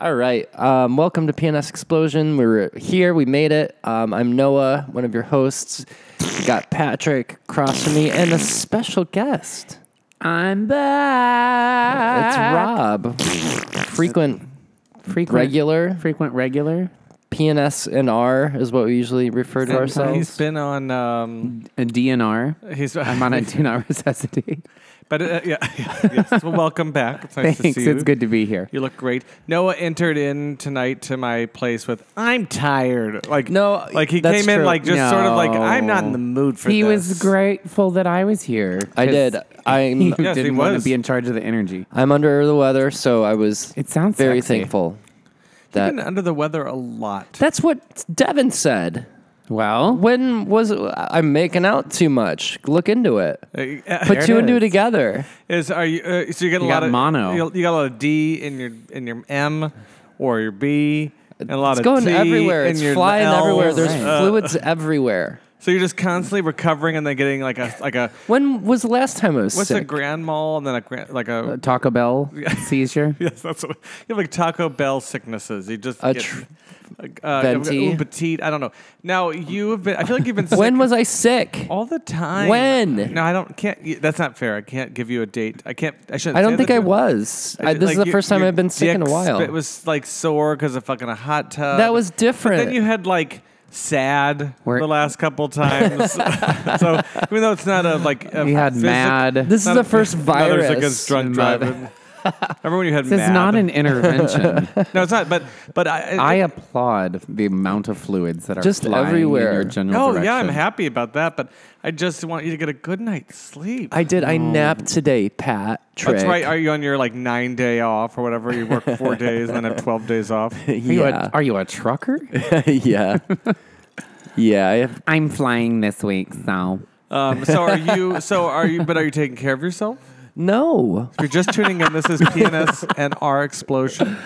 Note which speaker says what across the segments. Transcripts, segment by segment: Speaker 1: All right. Um, welcome to PNS Explosion. We're here. We made it. Um, I'm Noah, one of your hosts. We got Patrick across from me and a special guest.
Speaker 2: I'm back.
Speaker 1: It's
Speaker 2: Ah.
Speaker 1: Rob, frequent,
Speaker 2: Frequent,
Speaker 1: regular.
Speaker 2: frequent regular.
Speaker 1: PNS and R is what we usually refer to
Speaker 3: He's
Speaker 1: ourselves.
Speaker 3: been on. Um,
Speaker 2: A DNR.
Speaker 3: he's.
Speaker 2: I'm on a DNR necessity.
Speaker 3: But uh, yeah, yeah, yes. Well, welcome back. It's nice
Speaker 2: Thanks.
Speaker 3: to see you.
Speaker 2: It's good to be here.
Speaker 3: You look great. Noah entered in tonight to my place with "I'm tired." Like
Speaker 1: No,
Speaker 3: like he
Speaker 1: that's
Speaker 3: came in
Speaker 1: true.
Speaker 3: like just sort of like
Speaker 2: No.
Speaker 3: I'm not in the mood for
Speaker 2: He
Speaker 3: this.
Speaker 2: was grateful that I was here.
Speaker 1: I
Speaker 2: 'cause
Speaker 1: did.
Speaker 2: He
Speaker 1: I'm
Speaker 3: Yes, he
Speaker 2: didn't want to
Speaker 3: was.
Speaker 2: be in charge of the energy.
Speaker 1: I'm under the weather, so I was
Speaker 2: It sounds
Speaker 1: very
Speaker 2: sexy.
Speaker 1: thankful.
Speaker 3: I've been
Speaker 1: That
Speaker 3: under the weather a lot.
Speaker 1: that's what Devin said.
Speaker 2: Well,
Speaker 1: When was I'm making out too much? Look into it.
Speaker 3: Put
Speaker 1: Put two and two
Speaker 2: is.
Speaker 1: together.
Speaker 3: Uh, Is are you? Uh, so you get a
Speaker 2: You
Speaker 3: lot
Speaker 2: got
Speaker 3: of
Speaker 2: mono.
Speaker 3: You, you got a lot of D in your in your M or your B, and a lot
Speaker 1: It's
Speaker 3: of
Speaker 1: going
Speaker 3: T
Speaker 1: everywhere.
Speaker 3: in
Speaker 1: It's
Speaker 3: your Uh,
Speaker 1: flying
Speaker 3: Ls.
Speaker 1: everywhere. There's
Speaker 2: Right.
Speaker 1: fluids everywhere.
Speaker 3: So you're just constantly recovering and then getting like a like a
Speaker 1: When was the last time I was
Speaker 3: what's a
Speaker 1: sick?
Speaker 3: grand mal and then a grand like a
Speaker 2: Taco Bell seizure.
Speaker 3: yes that's what you have like Taco Bell sicknesses. You just
Speaker 1: A
Speaker 3: get,
Speaker 1: tr-
Speaker 3: like, uh,
Speaker 1: venti.
Speaker 3: ooh, petite. I don't know. Now you have been. I feel like Oh, you've been sick
Speaker 1: when was I sick?
Speaker 3: all the time.
Speaker 1: When?
Speaker 3: No, I don't. Can't. y- That's not fair. I can't give you a date. I can't. I shouldn't.
Speaker 1: I
Speaker 3: say
Speaker 1: don't think
Speaker 3: that
Speaker 1: I
Speaker 3: to you.
Speaker 1: was. I,
Speaker 3: ju-
Speaker 1: this
Speaker 3: like,
Speaker 1: is the
Speaker 3: your-
Speaker 1: first time
Speaker 3: your
Speaker 1: I've been sick in a
Speaker 3: dick's-
Speaker 1: while.
Speaker 3: It was like sore because of fucking a hot tub.
Speaker 1: that was different.
Speaker 3: But then you had like sad
Speaker 2: Where-
Speaker 3: the last couple times. so even though it's not a like a
Speaker 2: We had
Speaker 3: physic-
Speaker 2: mad.
Speaker 1: this is
Speaker 3: not
Speaker 1: the
Speaker 3: a-
Speaker 1: first
Speaker 3: no, there's
Speaker 1: virus.
Speaker 3: against drunk
Speaker 2: Mad.
Speaker 3: driving. Remember when you had
Speaker 2: This is
Speaker 3: mad?
Speaker 2: not an intervention.
Speaker 3: no, it's not. But but I.
Speaker 2: I applaud the amount of fluids that are
Speaker 1: Just
Speaker 2: flying
Speaker 1: everywhere.
Speaker 2: In your general
Speaker 3: oh
Speaker 2: direction.
Speaker 3: yeah, I'm happy about that. But I just want you to get a good night's sleep.
Speaker 1: I did. I napped today, Pat. Trick.
Speaker 3: Oh. That's right. Are you on your like nine day off or whatever? You work four days and then have twelve days off.
Speaker 2: Are you,
Speaker 1: yeah.
Speaker 2: a, are you a trucker?
Speaker 1: yeah. Yeah. I have,
Speaker 2: I'm flying this week, so
Speaker 3: Um, so are you? So are you? But are you taking care of yourself?
Speaker 1: no.
Speaker 3: If you're just tuning in, this is PNS and R Explosion.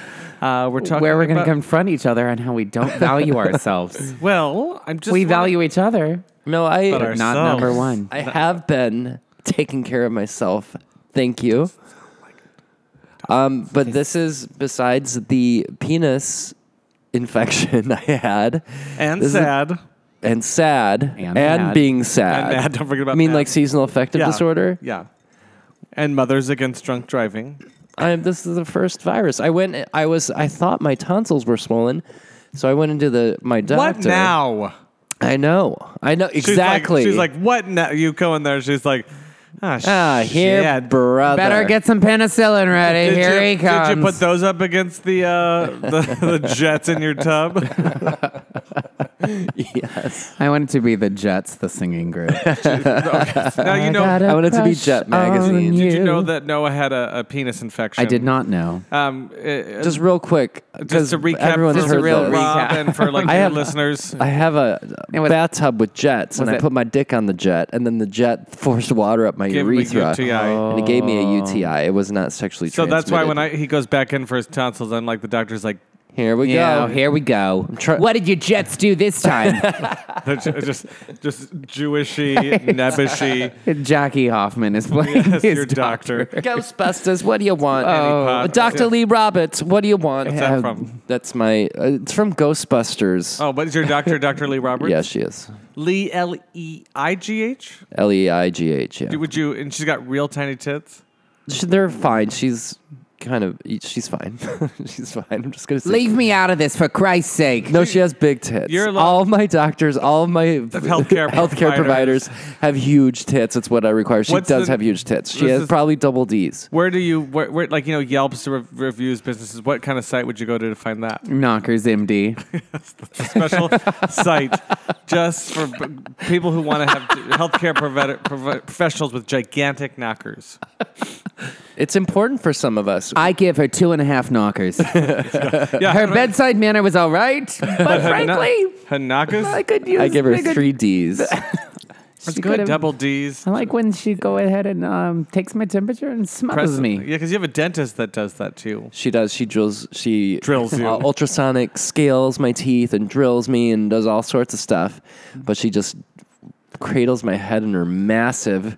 Speaker 3: Uh, we're talking
Speaker 2: where we're going to
Speaker 3: about-
Speaker 2: confront each other on how we don't value ourselves.
Speaker 3: Well, I'm just
Speaker 2: we
Speaker 3: wanna-
Speaker 2: value each other,
Speaker 1: No. I.
Speaker 3: But
Speaker 2: but
Speaker 3: our-
Speaker 2: not
Speaker 3: Ourselves.
Speaker 2: number one.
Speaker 1: I have been taking care of myself. Thank you. Um, but this is besides the penis infection I had,
Speaker 3: and
Speaker 1: This is-
Speaker 3: sad.
Speaker 1: and sad, and,
Speaker 2: And mad.
Speaker 1: being sad.
Speaker 3: And mad. Don't forget about
Speaker 1: I mean,
Speaker 3: mad.
Speaker 1: like seasonal affective
Speaker 3: Yeah.
Speaker 1: disorder.
Speaker 3: Yeah. And mothers against drunk driving.
Speaker 1: I, this is the first virus. I went. I was. I thought my tonsils were swollen, so I went into the my doctor.
Speaker 3: What now?
Speaker 1: I know. I know
Speaker 3: She's like-
Speaker 1: exactly.
Speaker 3: She's like, what now? You go in there. She's like, ah,
Speaker 1: ah, here,
Speaker 3: shit.
Speaker 1: brother.
Speaker 2: Better get some penicillin ready.
Speaker 3: Did
Speaker 2: Here
Speaker 3: you,
Speaker 2: he comes.
Speaker 3: Did you put those up against the uh, the, the jets in your tub?
Speaker 1: yes.
Speaker 2: I wanted to be the Jets, the singing group.
Speaker 3: now you know.
Speaker 1: I wanted to be Jet Magazine.
Speaker 3: Did you know that Noah had a, a penis infection?
Speaker 2: I did not know.
Speaker 3: Um, uh,
Speaker 1: Just real quick,
Speaker 3: just
Speaker 1: because
Speaker 3: to recap for
Speaker 1: everyone's
Speaker 2: just a
Speaker 1: heard
Speaker 2: real
Speaker 1: this.
Speaker 2: recap.
Speaker 3: Rob and for like
Speaker 1: I
Speaker 3: new
Speaker 1: have-
Speaker 3: listeners.
Speaker 1: I have a
Speaker 2: It was-
Speaker 1: bathtub with jets, and
Speaker 2: Was
Speaker 1: I
Speaker 2: it-
Speaker 1: put my dick on the jet, and then the jet forced water up my
Speaker 3: Gave him a
Speaker 1: urethra,
Speaker 3: UTI.
Speaker 1: and it gave me
Speaker 2: Oh.
Speaker 1: a UTI. It was not sexually
Speaker 3: So that's why when
Speaker 1: transmitted.
Speaker 3: I he goes back in for his tonsils, I'm like the doctor's like
Speaker 1: here we go.
Speaker 2: Yeah, here we go.
Speaker 1: try-
Speaker 2: what did your Jets do this time?
Speaker 3: they're ju- just just Jewishy, nebbishy.
Speaker 2: Jackie Hoffman is playing
Speaker 3: Yes,
Speaker 2: his
Speaker 3: your doctor.
Speaker 1: Ghostbusters, what do you want?
Speaker 3: Oh.
Speaker 1: Doctor Lee Roberts, what do you want?
Speaker 3: What's that from?
Speaker 1: That's my. Uh, it's from Ghostbusters.
Speaker 3: Oh, but is your doctor Dr. Lee Roberts?
Speaker 1: Yeah, she is.
Speaker 3: Lee L E I G H.
Speaker 1: L e i g h. Yeah,
Speaker 3: Do- Would you? And she's got real tiny tits.
Speaker 1: She- they're fine. She's kind of. She's fine. she's fine. I'm just gonna say.
Speaker 2: Leave me out of this for Christ's sake.
Speaker 1: No, she has big tits.
Speaker 3: You're lo-
Speaker 1: all of my doctors, all of my
Speaker 3: healthcare
Speaker 1: healthcare providers.
Speaker 3: providers.
Speaker 1: have huge tits. It's what I require. She
Speaker 3: What's
Speaker 1: does
Speaker 3: the-
Speaker 1: have huge tits. She
Speaker 3: this
Speaker 1: has
Speaker 3: is-
Speaker 1: probably double D's.
Speaker 3: Where do you? Where, where like you know Yelp's re- reviews businesses? What kind of site would you go to to find that?
Speaker 2: Knockers MD.
Speaker 3: special site just for b- people who want to have healthcare provider, provi- professionals with gigantic knockers.
Speaker 1: It's important for some of us.
Speaker 2: I give her two and a half knockers.
Speaker 3: Yeah,
Speaker 2: Her bedside manner was all right, but frankly,
Speaker 3: her knockers.
Speaker 2: I could use.
Speaker 1: I give her
Speaker 2: a good-
Speaker 1: three D's.
Speaker 2: she
Speaker 3: It's
Speaker 2: could've-
Speaker 3: good. Double D's.
Speaker 2: I like when she go ahead and um, takes my temperature and smells
Speaker 3: Yeah,
Speaker 2: me.
Speaker 3: because you have a dentist that does that too.
Speaker 1: She does. She drills. She
Speaker 3: Drills you.
Speaker 1: uh, ultrasonic scales my teeth and drills me and does all sorts of stuff. But she just cradles my head in her massive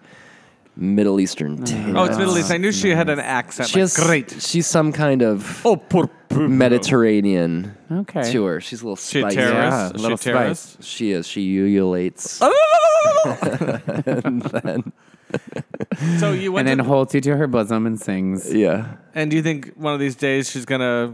Speaker 1: Middle Eastern. taste.
Speaker 3: Oh, it's Middle East. I knew she had an accent.
Speaker 1: she
Speaker 3: She
Speaker 1: has,
Speaker 3: like, great.
Speaker 1: She's some kind of
Speaker 3: Oh, poor poor-
Speaker 1: Mediterranean
Speaker 2: Okay.
Speaker 1: to her. She's a little
Speaker 3: She a
Speaker 1: spicy.
Speaker 3: terrorist?
Speaker 1: Yeah,
Speaker 3: Is
Speaker 1: a
Speaker 3: she
Speaker 1: little
Speaker 3: a terrorist?
Speaker 1: spice. She is. She
Speaker 2: Oh.
Speaker 1: ululates.
Speaker 3: So you went
Speaker 2: And then
Speaker 3: to-
Speaker 2: holds you to her bosom and sings.
Speaker 1: Yeah,
Speaker 3: and do you think one of these days she's gonna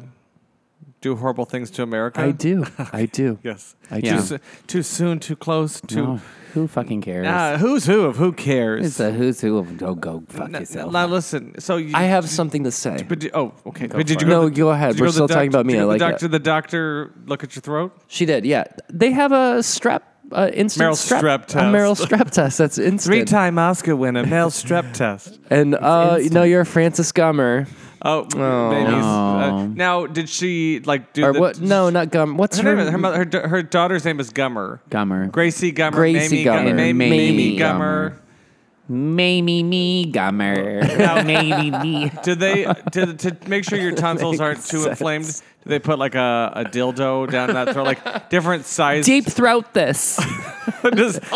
Speaker 3: do horrible things to America?
Speaker 2: Uh,
Speaker 1: I do. I do.
Speaker 3: Yes.
Speaker 1: I
Speaker 3: Too,
Speaker 2: Yeah.
Speaker 3: soo- too soon, too close, too.
Speaker 2: No, who fucking cares?
Speaker 3: Uh, who's who of who cares?
Speaker 2: it's a who's who of go go fuck
Speaker 3: N-
Speaker 2: yourself.
Speaker 3: now listen. So you,
Speaker 1: I have something to say.
Speaker 3: But do, oh, okay.
Speaker 2: Go
Speaker 3: but did
Speaker 2: for
Speaker 3: you
Speaker 2: it.
Speaker 3: go?
Speaker 1: No,
Speaker 3: to-
Speaker 1: go ahead.
Speaker 3: did you to
Speaker 1: We're
Speaker 3: the
Speaker 1: still talking about me.
Speaker 3: Did you
Speaker 1: I
Speaker 3: go to
Speaker 1: like
Speaker 3: the
Speaker 1: it.
Speaker 3: doctor. The doctor look at your throat.
Speaker 1: She did. Yeah, they have a strep. Uh, instant
Speaker 3: Meryl strep
Speaker 1: A Meryl
Speaker 3: test.
Speaker 1: strep test. That's instant.
Speaker 3: Three-time Oscar winner, male strep test.
Speaker 1: And uh, you
Speaker 2: instant.
Speaker 1: know, you're Francis Gummer
Speaker 3: Oh, babies. Uh,
Speaker 2: No.
Speaker 3: now, did she like do
Speaker 1: or
Speaker 3: the,
Speaker 1: what? No, not Gum. What's
Speaker 3: Her,
Speaker 1: her,
Speaker 3: name, is- her, mother, her, da- her daughter's name is Gummer.
Speaker 2: Gummer.
Speaker 3: Gracie Gummer. Mamie
Speaker 1: Gracie
Speaker 3: Gum-
Speaker 1: Gummer.
Speaker 3: Mamie,
Speaker 1: Mamie
Speaker 3: Mamie
Speaker 2: Gummer.
Speaker 3: Gummer.
Speaker 2: Mamie me Gummer. Mamie me.
Speaker 3: Do they to, to make sure your tonsils aren't too inflamed? Do they put like a, a dildo down that throat, like different size?
Speaker 2: Deep throat this.
Speaker 3: Just diff-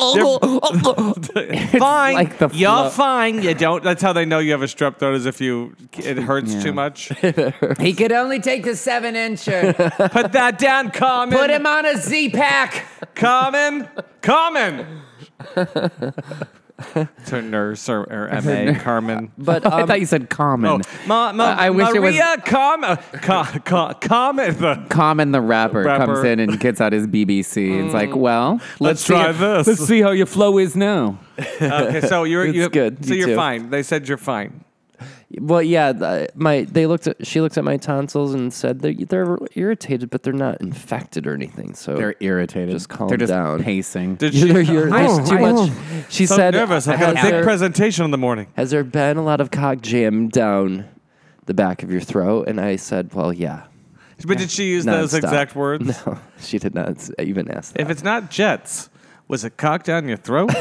Speaker 3: fine.
Speaker 2: like the
Speaker 3: You're
Speaker 2: flow-
Speaker 3: fine. You don't. That's how they know you have a strep throat. Is if you it hurts
Speaker 2: Yeah.
Speaker 3: too much.
Speaker 2: he could only take the seven incher.
Speaker 3: Put that down, Carmen.
Speaker 2: Put him on a Z pack.
Speaker 3: Carmen. Carmen. to nurse or, or MA Carmen.
Speaker 1: But
Speaker 2: I
Speaker 1: um,
Speaker 2: thought you said
Speaker 3: Oh,
Speaker 2: common.
Speaker 3: ma- ma-
Speaker 2: Uh, I wish it was-
Speaker 3: Maria Carmen. Ca- ca- Carmen.
Speaker 2: Common the rapper,
Speaker 3: Rapper. Mm.
Speaker 2: comes in and gets out his BBC. It's like, well, let's, see
Speaker 3: try
Speaker 2: if-
Speaker 3: this.
Speaker 2: Let's see how your flow is now.
Speaker 3: okay, so you're
Speaker 1: It's
Speaker 3: you,
Speaker 1: good.
Speaker 3: So
Speaker 1: You
Speaker 3: you're
Speaker 1: too.
Speaker 3: fine. They said you're fine.
Speaker 1: well, yeah. th- My they looked. At, she looked at my tonsils and said they're, they're irritated, but they're not infected or anything. So
Speaker 2: They're irritated.
Speaker 1: Just calm
Speaker 2: They're just
Speaker 1: down.
Speaker 2: pacing.
Speaker 3: Did she?
Speaker 1: You're, you're,
Speaker 2: I-
Speaker 1: there's too
Speaker 2: I-
Speaker 1: much. She
Speaker 3: so
Speaker 1: said,
Speaker 3: nervous. I
Speaker 1: has,
Speaker 3: got a big
Speaker 1: there,
Speaker 3: presentation in the morning.
Speaker 1: has there been a lot of cock jam down the back of your throat? And I said, well, yeah.
Speaker 3: But did she use those
Speaker 1: Nonstop.
Speaker 3: exact words?
Speaker 1: No, she did not s- even ask that.
Speaker 3: If it's not jets, was it cocked down your throat?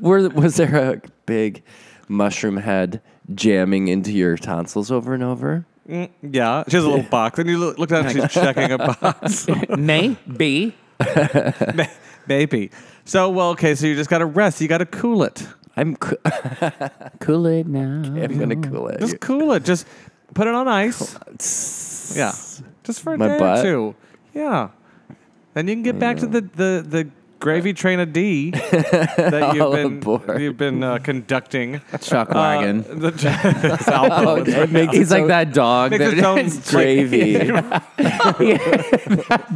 Speaker 1: Were, was there a big mushroom head jamming into your tonsils over and over?
Speaker 3: Mm, yeah. She has a little box, and you look, look down. She's checking a box.
Speaker 2: Maybe.
Speaker 3: Maybe. So well, okay. So you just got to rest. You got to cool it.
Speaker 1: I'm, coo-
Speaker 2: Cool it now.
Speaker 1: I'm going to
Speaker 2: Mm.
Speaker 1: cool it.
Speaker 3: Just cool it. Just put it on ice.
Speaker 1: Tss.
Speaker 3: Yeah. Just for a
Speaker 1: My
Speaker 3: day
Speaker 1: butt?
Speaker 3: or two. Yeah. Then you can get back to the the the gravy train of D that you've
Speaker 1: All
Speaker 3: been
Speaker 1: aboard.
Speaker 3: you've been uh, conducting.
Speaker 2: Chuck
Speaker 3: Uh,
Speaker 2: wagon.
Speaker 3: the- it's Alpo.
Speaker 1: Oh, it makes
Speaker 2: He's
Speaker 1: its
Speaker 2: like
Speaker 1: own
Speaker 2: that dog.
Speaker 3: Makes its
Speaker 2: That,
Speaker 3: own
Speaker 1: gravy.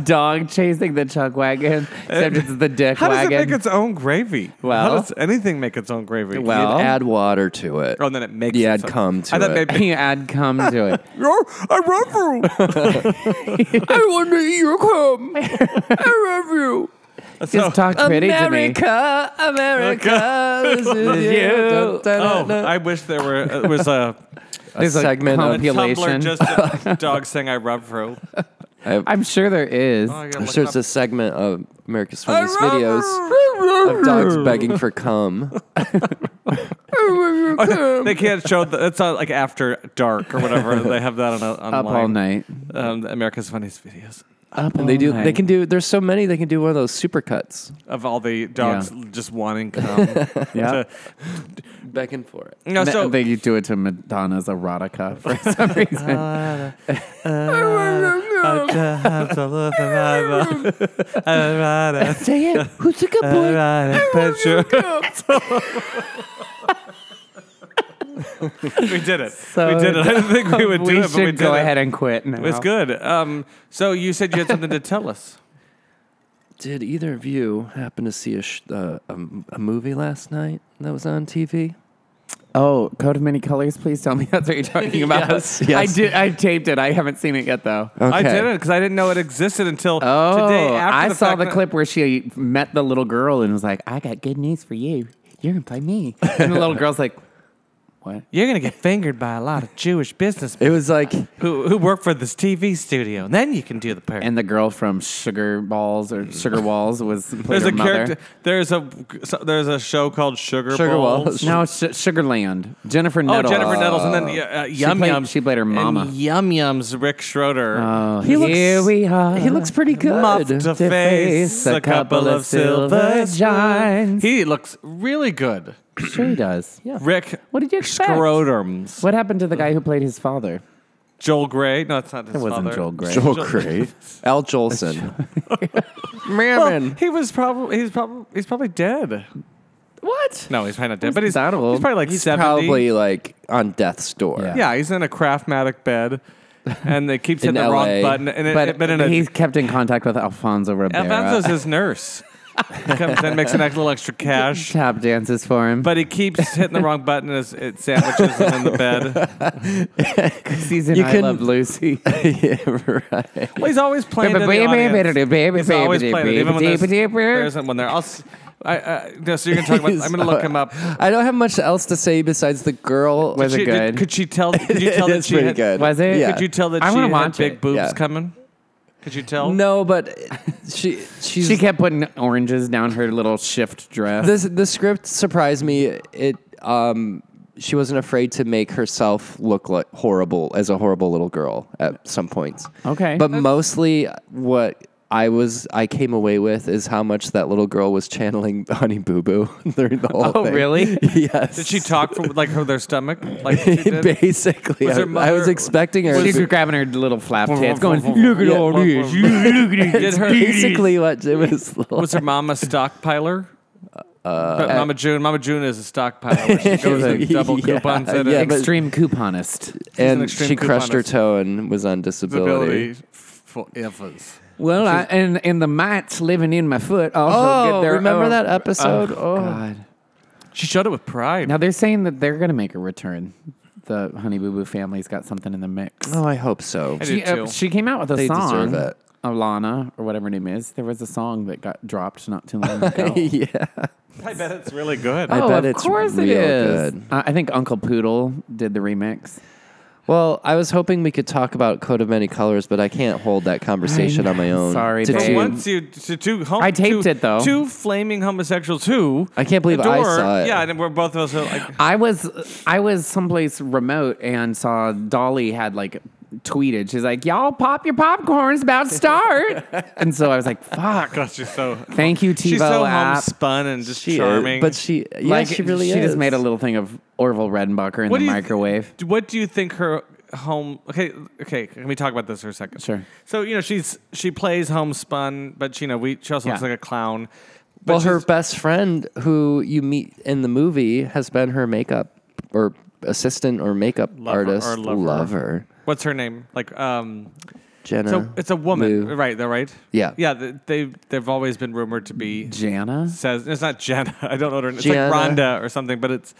Speaker 2: dog chasing the chuck wagon. Except it's the dick
Speaker 3: How does
Speaker 2: wagon.
Speaker 3: it make its own gravy? How
Speaker 2: Well-
Speaker 3: does anything make its own gravy?
Speaker 2: Well-
Speaker 1: You'd add water to it.
Speaker 3: oh, and then it makes.
Speaker 1: Yeah,
Speaker 3: its
Speaker 1: I'd
Speaker 3: own-
Speaker 1: come to
Speaker 3: I thought
Speaker 1: it.
Speaker 3: maybe.
Speaker 2: you add cum to it.
Speaker 3: Oh, I run
Speaker 1: I want to eat your cum. I love you.
Speaker 3: through. So-
Speaker 2: Just talk pretty to me.
Speaker 1: America, America, this is you.
Speaker 2: you.
Speaker 3: oh,
Speaker 1: Dun-dun-dun.
Speaker 3: I wish there were uh, was a,
Speaker 1: A
Speaker 2: There's a
Speaker 1: segment
Speaker 3: a
Speaker 1: of
Speaker 2: cum-
Speaker 3: tumbler
Speaker 2: Population.
Speaker 3: just of dogs saying I rub through.
Speaker 2: I'm sure there is.
Speaker 3: Oh, I gotta
Speaker 1: I'm
Speaker 3: look
Speaker 1: sure
Speaker 3: it
Speaker 1: it's
Speaker 3: up.
Speaker 1: a segment of America's Funniest Videos of dogs begging for cum.
Speaker 3: Oh, they can't show that. It's not like after dark or whatever. they have that on a, online.
Speaker 2: Up all night.
Speaker 3: Um, America's Funniest Videos
Speaker 2: Up
Speaker 1: And they do. They can do. There's so many. They can do one of those supercuts
Speaker 3: of all the dogs just wanting cum.
Speaker 2: Yeah.
Speaker 1: back and forth.
Speaker 3: no, so
Speaker 2: they do it to Madonna's erotica for some reason.
Speaker 1: Say it. Who's a good
Speaker 2: Uh,
Speaker 1: boy?
Speaker 3: we did it.
Speaker 2: So
Speaker 3: we did it. I didn't think we would do
Speaker 2: we
Speaker 3: it, but we
Speaker 2: should
Speaker 3: did
Speaker 2: go
Speaker 3: it.
Speaker 2: ahead and quit. Now.
Speaker 3: It was good. Um, so you said you had something to tell us.
Speaker 1: Did either of you happen to see a, sh- uh, a a movie last night that was on TV?
Speaker 2: Oh, Code of Many Colors, please tell me that's what you're talking about.
Speaker 1: Yes, yes.
Speaker 2: I did. I taped it. I haven't seen it yet though.
Speaker 1: Okay.
Speaker 3: I didn't because I didn't know it existed until
Speaker 2: Oh,
Speaker 3: today. After
Speaker 2: I
Speaker 3: the
Speaker 2: saw
Speaker 3: fact
Speaker 2: the
Speaker 3: that-
Speaker 2: clip where she met the little girl and was like, "I got good news for you. You're gonna play me." And the little girl's like, "What?"
Speaker 3: You're gonna get fingered by a lot of Jewish businessmen
Speaker 1: It was like
Speaker 3: who who work for this TV studio, and then you can do the part.
Speaker 2: And the girl from Sugar Balls or Sugar Walls was played
Speaker 3: there's
Speaker 2: her
Speaker 3: a
Speaker 2: mother.
Speaker 3: character. There's a so- there's a show called Sugar,
Speaker 1: Sugar
Speaker 3: Balls.
Speaker 1: Walls.
Speaker 2: No, Sh- Sugarland. Jennifer
Speaker 3: Oh,
Speaker 2: Nettles.
Speaker 3: Jennifer Nettles, and then uh, Yum
Speaker 2: played-
Speaker 3: Yum.
Speaker 2: she played her
Speaker 3: and
Speaker 2: mama.
Speaker 3: Yum Yum's Rick Schroeder.
Speaker 2: Oh,
Speaker 1: He looks-
Speaker 2: here we are.
Speaker 1: he looks pretty good.
Speaker 3: Muffed to face, a couple of silver
Speaker 2: giants.
Speaker 3: He looks really good.
Speaker 2: Sure, he does. Yeah.
Speaker 3: Rick
Speaker 2: What did you expect?
Speaker 3: Scrotums.
Speaker 2: What happened to the guy who played his father?
Speaker 3: Joel Gray. No, it's not his
Speaker 2: It wasn't
Speaker 3: father.
Speaker 2: Joel Gray.
Speaker 1: Joel Gray. Al Jolson. Merriman.
Speaker 3: He was probably he's probably he's probably dead.
Speaker 1: what?
Speaker 3: No, he's probably not dead, but he's, he's
Speaker 1: Donald.
Speaker 3: probably like
Speaker 1: he's
Speaker 3: seventy.
Speaker 1: probably like on death's door.
Speaker 2: Yeah.
Speaker 3: yeah, he's in a Craftmatic bed, and they keep hitting
Speaker 1: In
Speaker 3: the wrong
Speaker 1: LA.
Speaker 3: button. And it,
Speaker 2: But,
Speaker 3: but in a,
Speaker 2: he's kept in contact with Alfonso Ribeiro.
Speaker 3: Alfonso's his nurse. Comes in, makes an extra little extra cash,
Speaker 2: tap dances for him.
Speaker 3: but he keeps hitting the wrong button. As it sandwiches him in the bed.
Speaker 2: he's in
Speaker 1: You
Speaker 2: I
Speaker 1: can-
Speaker 2: Love Lucy.
Speaker 1: Yeah, right.
Speaker 3: Well, he's always playing to the audience. He's always playing it, even when there's, there
Speaker 2: He's
Speaker 3: isn't one there. I'll, s- I, I, no, so you're gonna talk about. I'm gonna look him up.
Speaker 1: I don't have much else to say besides the girl
Speaker 2: Was
Speaker 3: She-
Speaker 2: it
Speaker 3: did-
Speaker 2: good?
Speaker 3: could she tell? Could you tell that
Speaker 1: It's
Speaker 3: she
Speaker 1: pretty
Speaker 3: had,
Speaker 1: good.
Speaker 2: Was it?
Speaker 1: Yeah.
Speaker 3: Could you tell that
Speaker 2: I
Speaker 3: she
Speaker 2: wanna
Speaker 3: had
Speaker 2: watch
Speaker 3: big
Speaker 2: it.
Speaker 3: boobs
Speaker 1: Yeah.
Speaker 3: coming? Could you tell?
Speaker 1: No, but she she's
Speaker 2: She kept putting oranges down her little shift dress.
Speaker 1: this the script surprised me. It um she wasn't afraid to make herself look like horrible as a horrible little girl at some points.
Speaker 2: Okay.
Speaker 1: But mostly what I was I came away with is how much that little girl was channeling Honey Boo Boo during the whole
Speaker 2: oh,
Speaker 1: thing.
Speaker 2: really?
Speaker 1: Yes.
Speaker 3: Did she talk from like her their stomach? Like she did?
Speaker 1: Basically,
Speaker 3: Was her
Speaker 1: I, I was
Speaker 3: mother-
Speaker 1: expecting her.
Speaker 2: She
Speaker 1: to-
Speaker 2: was grabbing her little flap tits, going,
Speaker 3: Look
Speaker 1: at all
Speaker 3: this. Did her
Speaker 1: basically what it was. Like.
Speaker 3: was her mom a stockpiler? Uh, Mama June. Mama June is a stockpiler. where She goes and double
Speaker 1: Yeah,
Speaker 3: coupons at
Speaker 1: yeah,
Speaker 3: a
Speaker 1: but-
Speaker 2: extreme couponist.
Speaker 1: and
Speaker 3: extreme
Speaker 1: she crushed her
Speaker 3: couponist.
Speaker 1: toe and was on disability.
Speaker 3: disability for evers.
Speaker 2: Well, I, and, and the mites living in my foot also
Speaker 1: Oh,
Speaker 2: get their
Speaker 1: remember
Speaker 2: own-
Speaker 1: that episode? Oh.
Speaker 2: God.
Speaker 3: She showed it with pride.
Speaker 2: Now they're saying that they're going to make a return. The Honey Boo Boo family's got something in the mix.
Speaker 1: Oh, I hope so.
Speaker 3: I do
Speaker 2: she, uh,
Speaker 3: too.
Speaker 2: she came out with a
Speaker 1: They deserve
Speaker 2: song.
Speaker 1: it.
Speaker 2: Alana or whatever her name is. There was a song that got dropped not too long ago.
Speaker 1: yeah.
Speaker 3: I bet it's really good.
Speaker 1: I
Speaker 2: oh,
Speaker 1: bet
Speaker 2: of
Speaker 1: it's
Speaker 2: course it
Speaker 1: real
Speaker 2: is.
Speaker 1: good.
Speaker 2: Uh, I think Uncle Poodle did the remix.
Speaker 1: Well, I was hoping we could talk about Code of Many Colors, but I can't hold that conversation on my own.
Speaker 2: Sorry,
Speaker 1: Did
Speaker 2: babe.
Speaker 3: For
Speaker 1: you-
Speaker 3: once you to two hom-
Speaker 2: I taped
Speaker 3: two-
Speaker 2: it, though.
Speaker 3: Two flaming homosexuals who
Speaker 1: I can't believe I
Speaker 3: adore,
Speaker 1: saw it.
Speaker 3: Yeah, and we're both of us are like "Oh
Speaker 2: I was I was someplace remote and saw Dolly had like tweeted. She's like, "Y'all pop your popcorns about to start," and so I was like, "Fuck."
Speaker 3: gosh, she's so
Speaker 2: Thank you, TiVo
Speaker 3: she's so
Speaker 2: app.
Speaker 3: homespun and just
Speaker 1: She is,
Speaker 3: charming.
Speaker 1: but she, yeah,
Speaker 2: like
Speaker 1: she really is.
Speaker 2: just made a little thing of Orville Redenbacher in
Speaker 3: What do
Speaker 2: the
Speaker 3: you-
Speaker 2: microwave.
Speaker 3: D- What do you think her home? Okay, okay. Can we talk about this for a second?
Speaker 2: Sure.
Speaker 3: So you know she's she plays homespun, but you know we she also looks
Speaker 2: Yeah.
Speaker 3: like a clown. But
Speaker 1: well, her
Speaker 3: she's-
Speaker 1: best friend, who you meet in the movie, has been her makeup or assistant or makeup
Speaker 3: Lover
Speaker 1: artist,
Speaker 3: or lover.
Speaker 1: lover,
Speaker 3: what's her name? Like um,
Speaker 1: Jenna.
Speaker 3: so it's a woman,
Speaker 1: Uh, Lou.
Speaker 3: right? They're right.
Speaker 1: Yeah.
Speaker 3: yeah. th- They they've always been rumored to be
Speaker 2: Jana.
Speaker 3: says it's not Jenna. I don't know her. name. It's
Speaker 1: Gianna.
Speaker 3: like Rhonda or something, but it's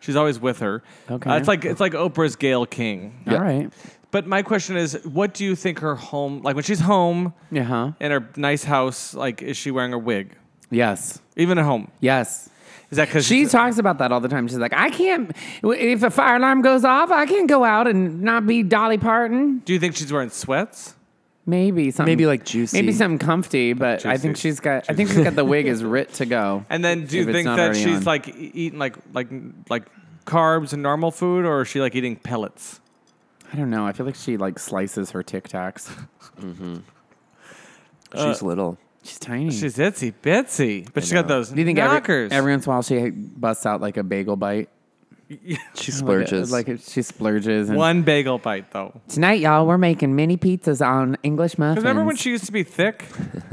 Speaker 3: she's always with her.
Speaker 2: Okay.
Speaker 3: Uh, it's like it's like Oprah's Gail King.
Speaker 1: Yeah.
Speaker 2: All right.
Speaker 3: But my question is, what do you think her home like when she's home
Speaker 2: Yeah. huh
Speaker 3: in her nice house? Like, is she wearing a wig?
Speaker 2: Yes.
Speaker 3: Even at home,
Speaker 2: Yes.
Speaker 3: is that because
Speaker 2: She talks about that all the time. She's like, I can't. If a fire alarm goes off, I can't go out and not be Dolly Parton.
Speaker 3: Do you think she's wearing sweats?
Speaker 2: Maybe something.
Speaker 1: Maybe like juicy.
Speaker 2: Maybe something comfy, but I think
Speaker 3: Juicy.
Speaker 2: she's got. I think she's got the wig is writ to go.
Speaker 3: And then do you
Speaker 2: If it's
Speaker 3: think
Speaker 2: not
Speaker 3: that
Speaker 2: already
Speaker 3: she's
Speaker 2: on.
Speaker 3: like e- eating like like like carbs and normal food, or is she like eating pellets?
Speaker 2: I don't know. I feel like she like slices her Tic Tacs.
Speaker 3: uh,
Speaker 1: She's little.
Speaker 2: She's tiny.
Speaker 3: She's itsy bitsy, but she's got those
Speaker 2: Do you think every,
Speaker 3: knockers.
Speaker 2: every once in a while she busts out like a bagel bite?
Speaker 1: She splurges.
Speaker 2: Like, if she splurges. And,
Speaker 3: one bagel bite though.
Speaker 2: Tonight, y'all, we're making mini pizzas on English muffins.
Speaker 3: Remember when she used to be thick?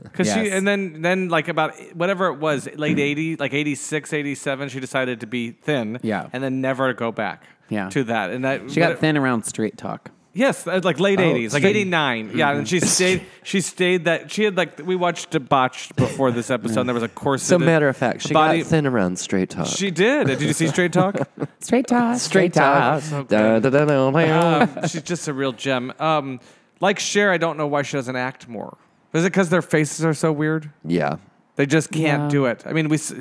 Speaker 3: Because she
Speaker 2: Yes.
Speaker 3: and then then like about whatever it was, late 80s, like 86, 87, she decided to be thin.
Speaker 2: Yeah.
Speaker 3: And then never go back.
Speaker 2: Yeah.
Speaker 3: To that. And that
Speaker 2: She got thin around straight talk.
Speaker 3: Yes, uh, like
Speaker 1: Oh,
Speaker 3: late eighties, like
Speaker 1: she-
Speaker 3: eighty Yeah, and
Speaker 1: Mm-hmm.
Speaker 3: she stayed. She stayed that she had like we watched debauched before this episode. and There was a course.
Speaker 1: so matter of fact, she
Speaker 3: body-
Speaker 1: got thin around straight talk.
Speaker 3: She did. Did you see Straight Talk?
Speaker 2: Straight talk.
Speaker 1: straight talk. Da, da, da, da, da.
Speaker 3: um, she's just a real gem. Um, like Cher, I don't know why she doesn't act more. Is it because their faces are so weird?
Speaker 1: yeah.
Speaker 3: They just can't
Speaker 2: Yeah.
Speaker 3: do it. I mean, we s-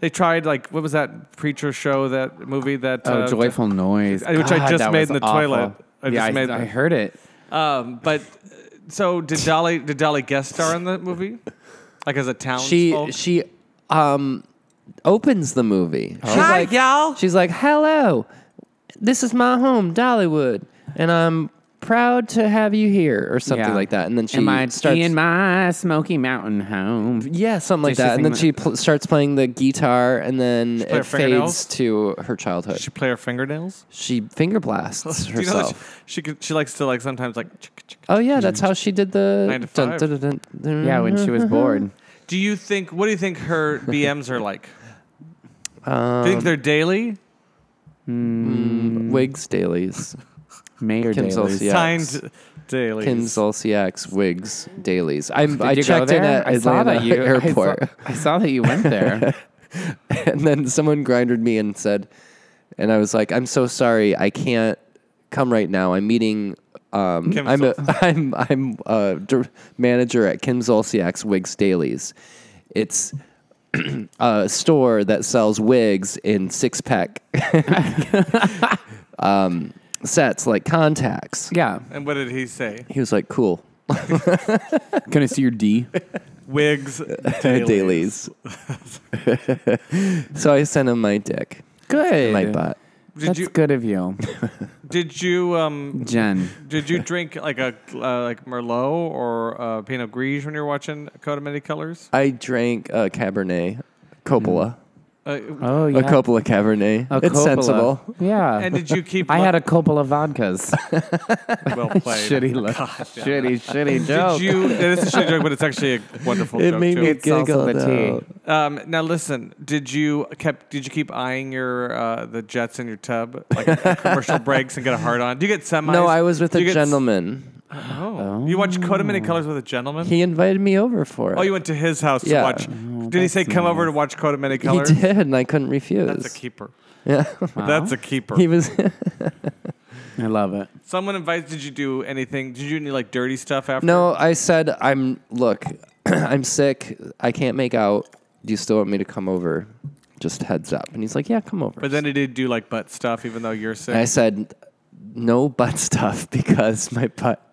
Speaker 3: they tried like what was that preacher show that movie that
Speaker 2: Oh,
Speaker 3: uh,
Speaker 2: joyful noise,
Speaker 3: I- which I
Speaker 2: God,
Speaker 3: just
Speaker 2: that
Speaker 3: made
Speaker 2: was
Speaker 3: in the
Speaker 2: awful.
Speaker 3: toilet. I
Speaker 2: yeah,
Speaker 3: just
Speaker 2: I,
Speaker 3: made
Speaker 2: I
Speaker 3: that.
Speaker 2: heard it.
Speaker 3: Um, but uh, so did Dolly? Did Dolly guest star in the movie? Like as a town?
Speaker 1: She she um opens the movie. She's
Speaker 3: Hi,
Speaker 1: like
Speaker 3: y'all.
Speaker 1: She's like, "Hello. This is my home, Dollywood, and I'm proud to have you here or something
Speaker 2: Yeah.
Speaker 1: like that. And then she
Speaker 2: Am I
Speaker 1: starts
Speaker 2: in my Smoky Mountain home?
Speaker 1: yeah, something like
Speaker 2: Did she
Speaker 1: that. And
Speaker 2: sing
Speaker 1: then
Speaker 2: that?
Speaker 1: she pl- starts playing the guitar, and then
Speaker 3: play her
Speaker 1: it
Speaker 3: fingernails?
Speaker 1: fades to her childhood.
Speaker 3: She play her fingernails.
Speaker 1: She finger blasts
Speaker 3: Do you know that
Speaker 1: herself.
Speaker 3: she, she, could, she likes to like sometimes like. chick, chick.
Speaker 1: Oh yeah, that's how she did the
Speaker 3: Nine to five.
Speaker 1: dun, dun.
Speaker 2: Yeah, when she was bored.
Speaker 3: Do you think? What do you think her BMs are like? do you think they're daily? Mm.
Speaker 1: Wigs dailies,
Speaker 2: Mayor
Speaker 1: Kim
Speaker 2: Dailies.
Speaker 1: Zolciak. Yes.
Speaker 3: Signed daily.
Speaker 1: Kin Zolciak's wigs dailies. I I
Speaker 2: Did you go
Speaker 1: checked in
Speaker 2: there?
Speaker 1: at Atlanta airport,
Speaker 2: I saw, I saw that you went there.
Speaker 1: and then someone grinded me and said, and I was like, I'm so sorry, I can't come right now. I'm meeting. Um,
Speaker 3: Kim
Speaker 1: I'm, a, I'm I'm uh, dir- manager at Kim Zolciak's Wigs Dailies. It's a store that sells wigs in six pack um, sets, like contacts.
Speaker 2: yeah.
Speaker 3: And what did he say?
Speaker 1: He was like, "Cool,
Speaker 2: Can I see your D?
Speaker 3: Wigs daily.
Speaker 1: dailies." so I sent him my dick,
Speaker 2: Good.
Speaker 1: my butt.
Speaker 3: Did
Speaker 2: That's
Speaker 3: you
Speaker 2: good of you,
Speaker 3: did you um
Speaker 2: Jen.
Speaker 3: did you drink like a uh, like Merlot or uh, Pinot Gris when you were watching Code of Many Colors?
Speaker 1: I drank a Cabernet Coppola.
Speaker 3: Uh,
Speaker 2: Oh Mm. yeah.
Speaker 1: A Coppola Cabernet.
Speaker 2: A
Speaker 1: it's
Speaker 2: Coppola.
Speaker 1: sensible.
Speaker 2: Yeah.
Speaker 3: and did you keep?
Speaker 2: I had a Coppola vodkas.
Speaker 3: well played.
Speaker 2: shitty, look. shitty, shitty joke.
Speaker 3: Did you? It's a shitty joke, but it's actually a wonderful
Speaker 1: It
Speaker 3: joke
Speaker 1: made
Speaker 3: too.
Speaker 1: me
Speaker 2: It's also
Speaker 1: giggled
Speaker 2: the tea.
Speaker 1: out.
Speaker 3: Um, now listen, did you kept did you keep eyeing your uh, the jets in your tub like at commercial breaks and get a hard on? Do you get semis?
Speaker 1: No, I was with
Speaker 3: Do
Speaker 1: a
Speaker 3: you get s-
Speaker 1: gentleman.
Speaker 3: Oh. you watch Code of Many Colors with a gentleman?
Speaker 1: He invited me over for it.
Speaker 3: oh, you went to his house
Speaker 1: Yeah. Oh,
Speaker 3: to watch. did he say come over to watch Code of Many
Speaker 1: he
Speaker 3: Colors?
Speaker 1: did, and I couldn't refuse.
Speaker 3: That's a keeper.
Speaker 1: Yeah,
Speaker 3: That's a keeper.
Speaker 1: he was.
Speaker 2: I love it.
Speaker 3: Someone invites. Did you do anything? Did you do any like dirty stuff after?
Speaker 1: no, I said, "I'm look, I'm sick. I can't make out. Do you still want me to come over? Just heads up." And he's like, "Yeah, come over."
Speaker 3: But then he did do like butt stuff, even though you're sick.
Speaker 1: And I said, "No butt stuff because my butt."